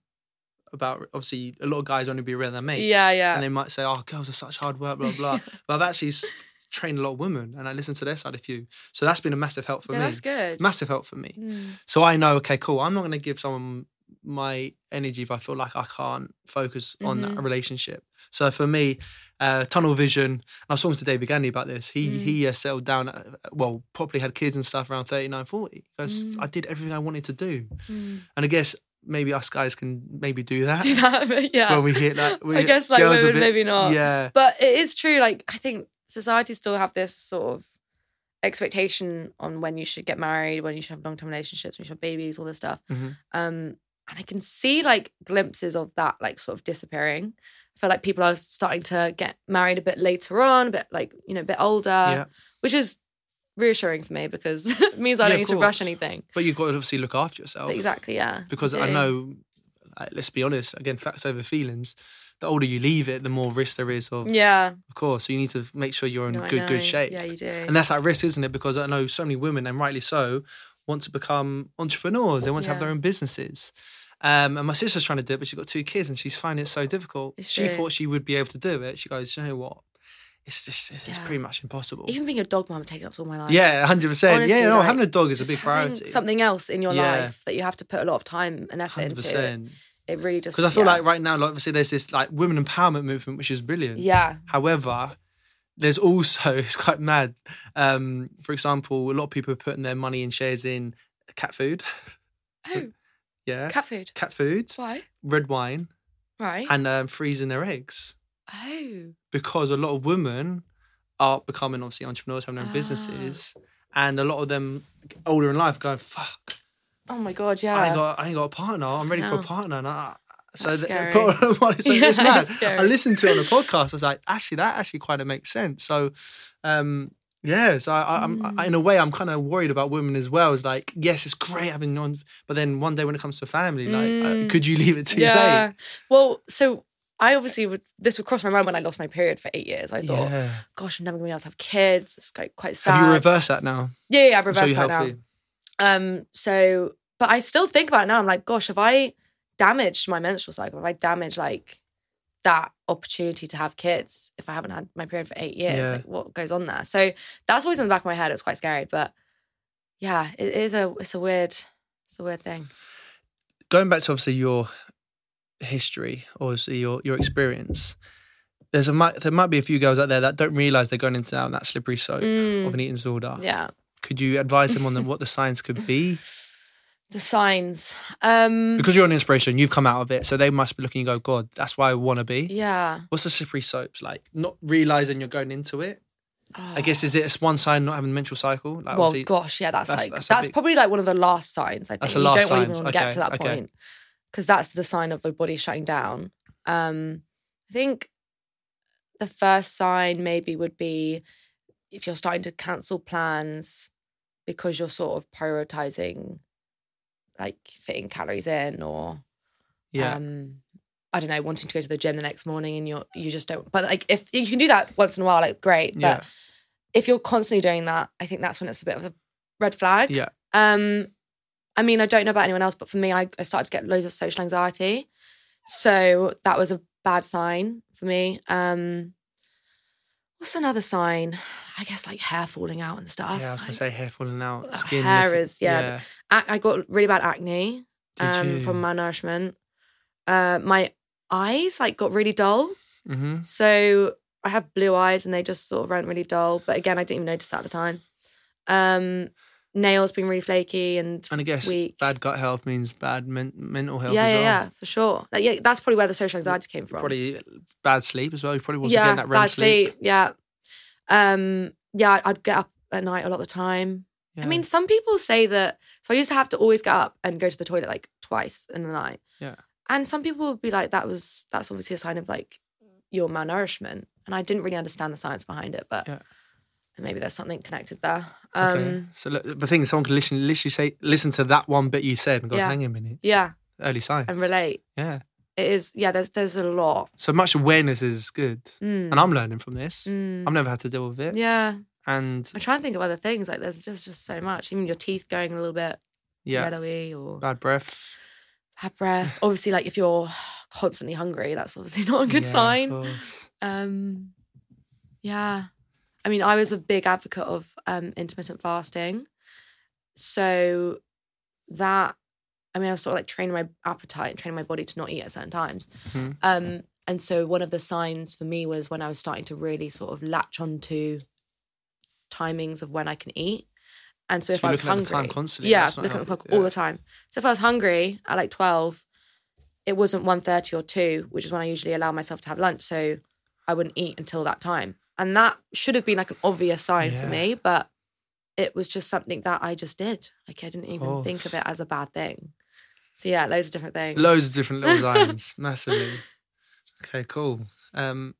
S1: about obviously a lot of guys only be around their mates.
S2: Yeah, yeah.
S1: And they might say, "Oh, girls are such hard work," blah blah. but I've actually s- trained a lot of women, and I listen to their side of you. So that's been a massive help for
S2: yeah,
S1: me.
S2: that's good.
S1: Massive help for me.
S2: Mm.
S1: So I know, okay, cool. I'm not going to give someone my energy if I feel like I can't focus on
S2: Mm-hmm.
S1: that relationship. So for me, uh, tunnel vision. I was talking to David Gandy about this. He
S2: Mm.
S1: he uh, settled down. uh well, probably had kids and stuff around 39, 40. Because
S2: Mm.
S1: I did everything I wanted to do, and I guess maybe us guys can maybe do that
S2: Do that, yeah.
S1: when we hit that. we
S2: I
S1: hit
S2: guess, like,
S1: girls a
S2: women maybe not.
S1: Yeah,
S2: but it is true. Like I think society still have this sort of expectation on when you should get married, when you should have long term relationships, when you should have babies, all this stuff.
S1: Mhm.
S2: Um, and I can see like glimpses of that like sort of disappearing. I feel like people are starting to get married a bit later on, a bit like you know, a bit older,
S1: yeah.
S2: which is reassuring for me because it means I
S1: Yeah,
S2: don't
S1: of
S2: need to rush
S1: course.
S2: anything.
S1: But you've got to obviously look after yourself.
S2: But exactly, yeah.
S1: Because I
S2: Yeah.
S1: know, like, let's be honest, again, facts over feelings. The older you leave it, the more risk there is of,
S2: Yeah.
S1: of course. So you need to make sure you're in
S2: No, I
S1: good, good
S2: know.
S1: shape.
S2: Yeah, you do.
S1: And that's that risk, isn't it? Because I know so many women, and rightly so, want to become entrepreneurs. They want to have
S2: Yeah.
S1: their own businesses. Um, and my sister's trying to do it, but she's got two kids and she's finding it so difficult.
S2: Is
S1: She
S2: she?
S1: thought she would be able to do it. She goes, you know what? It's just, it's
S2: Yeah.
S1: pretty much impossible.
S2: Even being a dog mum taking up all my life.
S1: yeah, 100%.
S2: Honestly,
S1: yeah, no,
S2: like,
S1: having a dog is a
S2: just
S1: big
S2: having
S1: priority.
S2: Something else in your
S1: Yeah.
S2: life that you have to put a lot of time and effort into.
S1: 100%.
S2: It really just
S1: Because I feel
S2: yeah.
S1: like right now, like obviously, there's this like women empowerment movement, which is brilliant.
S2: yeah,
S1: However, there's also it's quite mad. Um, for example, a lot of people are putting their money and shares in cat food.
S2: Oh.
S1: yeah, cat,
S2: cat food.
S1: food,
S2: Why?
S1: red wine,
S2: Right.
S1: and um, freezing their eggs
S2: oh,
S1: because a lot of women are becoming obviously entrepreneurs, having their own
S2: Ah.
S1: businesses, and a lot of them older in life going, "Fuck,
S2: oh my god, yeah.
S1: I ain't got, I ain't got a partner. I'm ready for a
S2: No.
S1: partner. And I, so
S2: That's
S1: they- they
S2: scary.
S1: put all the money. So
S2: Yeah,
S1: it's mad.
S2: it's scary.
S1: I listened to it on a podcast. I was like, actually, that actually quite makes sense. So, um, yeah. So I, I, I'm
S2: Mm.
S1: I, in a way, I'm kind of worried about women as well. It's like, yes, it's great having non, but then one day when it comes to family, like, uh, could you leave it too
S2: Mm. yeah.
S1: late?
S2: Well, so I obviously would. This would cross my mind when I lost my period for eight years. I thought,
S1: Yeah.
S2: gosh, I'm never going to be able to have kids. It's quite quite sad.
S1: Have you reversed that now?
S2: yeah, yeah, I've
S1: so
S2: reversed
S1: you're
S2: that now.
S1: healthy.
S2: Um, so, but I still think about it now. I'm like, gosh, have I damaged my menstrual cycle? Have I damaged like that opportunity to have kids if I haven't had my period for eight years?
S1: Yeah.
S2: Like, what goes on there? So that's always in the back of my head. It's quite scary, but yeah, it is a it's a weird it's a weird thing.
S1: Going back to obviously your history or your your experience. There's a might there might be a few girls out there that don't realise they're going into down that slippery slope
S2: Mm.
S1: of an eating disorder.
S2: Yeah,
S1: could you advise him on the, what the signs could be?
S2: the signs. Um,
S1: Because you're an inspiration, you've come out of it, so they must be looking and go, God, that's why I want to be.
S2: yeah,
S1: What's the slippery soaps like? Not realizing you're going into it. I
S2: Oh.
S1: guess is it it's one sign not having a menstrual cycle? Like
S2: well,
S1: obviously-
S2: gosh, yeah, that's,
S1: that's-
S2: like
S1: that's
S2: that's,
S1: a big-
S2: probably like one of the last signs. I think
S1: That's the
S2: you
S1: last
S2: don't wanna
S1: signs.
S2: even want to get to
S1: Okay,
S2: that
S1: okay.
S2: point because that's the sign of the body shutting down. Um, I think the first sign maybe would be if you're starting to cancel plans because you're sort of prioritizing like fitting calories in or
S1: yeah,
S2: um I don't know, wanting to go to the gym the next morning and you're you just don't but like if you can do that once in a while, like great. But
S1: yeah,
S2: if you're constantly doing that, I think that's when it's a bit of a red flag.
S1: yeah.
S2: Um, I mean, I don't know about anyone else, but for me, I, I started to get loads of social anxiety. So that was a bad sign for me. Um, what's another sign? I guess like hair falling out and stuff.
S1: Yeah, I was gonna
S2: Like,
S1: say hair falling out,
S2: uh,
S1: skin.
S2: hair
S1: looking-
S2: is- yeah, ac- I got really bad acne
S1: Did
S2: um,
S1: you?
S2: from malnourishment. Uh, my eyes like got really dull.
S1: hmm
S2: So I have blue eyes and they just sort of went really dull. But again, I didn't even notice that at the time. Um, nails being really flaky and
S1: And I guess
S2: weak.
S1: bad gut health means bad men- mental health.
S2: yeah,
S1: as
S2: yeah,
S1: well.
S2: yeah, for sure. Like, yeah, that's probably where the social anxiety came from.
S1: Probably bad sleep as well. You probably wasn't
S2: yeah,
S1: getting that REM
S2: bad sleep. Yeah, um, yeah. I'd get up at night a lot of the time.
S1: Yeah.
S2: I mean, some people say that. So I used to have to always get up and go to the toilet like twice in the night.
S1: Yeah.
S2: And some people would be like, "That was that's obviously a sign of like your malnourishment," and I didn't really understand the science behind it, but
S1: Yeah.
S2: maybe there's something connected there. Um,
S1: Okay. so look, the thing is, someone can listen, literally say, listen to that one bit you said and go,
S2: Yeah.
S1: hang a minute,
S2: Yeah,
S1: early signs.
S2: and relate.
S1: Yeah.
S2: It is. Yeah, there's there's a lot.
S1: So much awareness is good.
S2: Mm.
S1: And I'm learning from this.
S2: Mm.
S1: I've never had to deal with it.
S2: Yeah.
S1: And
S2: I try and think of other things. Like there's just just so much. Even your teeth going a little bit
S1: yeah,
S2: yellowy or
S1: bad breath.
S2: bad breath. obviously, like if you're constantly hungry, that's obviously not a good
S1: Yeah, of
S2: sign.
S1: course.
S2: Um, yeah. I mean, I was a big advocate of um, intermittent fasting, so that I mean, I was sort of like training my appetite and training my body to not eat at certain times.
S1: Hmm.
S2: Um, and so one of the signs for me was when I was starting to really sort of latch onto timings of when I can eat. And so if
S1: you're
S2: I was
S1: looking at
S2: hungry,
S1: the time constantly,
S2: yeah,
S1: that's not
S2: looking at the
S1: healthy,
S2: clock all
S1: yeah.
S2: the time. So if I was hungry at like twelve, it wasn't 1.30 or two, which is when I usually allow myself to have lunch. So I wouldn't eat until that time, and that should have been like an obvious sign for
S1: Yeah.
S2: me, but it was just something that I just did. Like I didn't even think of
S1: course.
S2: it as a bad thing. So yeah, loads of different things.
S1: Loads of different little lines, massively. Okay, cool. Um,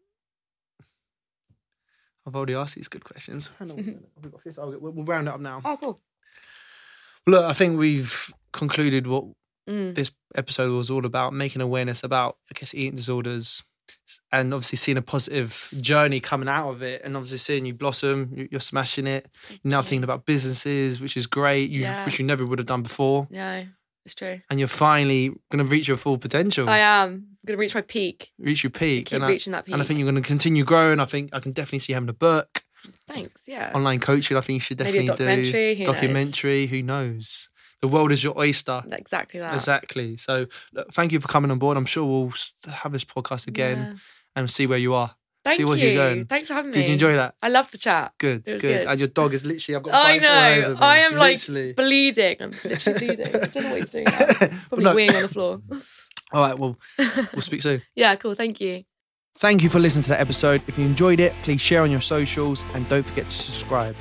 S1: I've already asked these good questions. Hang on, we've got fifth- oh, we'll we'll round it up now.
S2: Oh, cool.
S1: Look, I think we've concluded what
S2: Mm.
S1: this episode was all about making awareness about, I guess, eating disorders and obviously seeing a positive journey coming out of it and obviously seeing you blossom, you- you're smashing it. You're now thinking about businesses, which is great, you
S2: Yeah.
S1: which you never would have done before.
S2: No, it's true.
S1: And you're finally going to reach your full potential,
S2: I am I'm gonna reach my peak.
S1: reach your peak.
S2: Keep
S1: and I,
S2: reaching that peak.
S1: And I think you're going to continue growing. I think I can definitely see you having a book,
S2: Thanks. Yeah.
S1: online coaching. I think you should
S2: Maybe a
S1: definitely
S2: documentary,
S1: do
S2: who knows?
S1: documentary. Who knows? The world is your oyster.
S2: exactly that.
S1: Exactly. So, look, thank you for coming on board. I'm sure we'll s- have this podcast again
S2: Yeah.
S1: and see where you are.
S2: Thank
S1: see where
S2: you.
S1: you're going.
S2: Thanks for having me.
S1: Did you enjoy that?
S2: I love the chat.
S1: Good,
S2: It
S1: good.
S2: was good.
S1: And your dog is literally. I've got.
S2: I
S1: bites all
S2: know.
S1: over me,
S2: I am like
S1: literally.
S2: bleeding. I'm literally bleeding. I don't know what he's doing. now. Probably
S1: No.
S2: weeing on the floor.
S1: All right. Well, we'll speak soon.
S2: Yeah, cool. Thank you.
S3: Thank you for listening to that episode. If you enjoyed it, please share on your socials and don't forget to subscribe.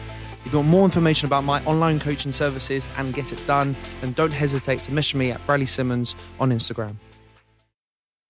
S3: If you want more information about my online coaching services and get it done, then don't hesitate to message me at Bradley Simmons on Instagram.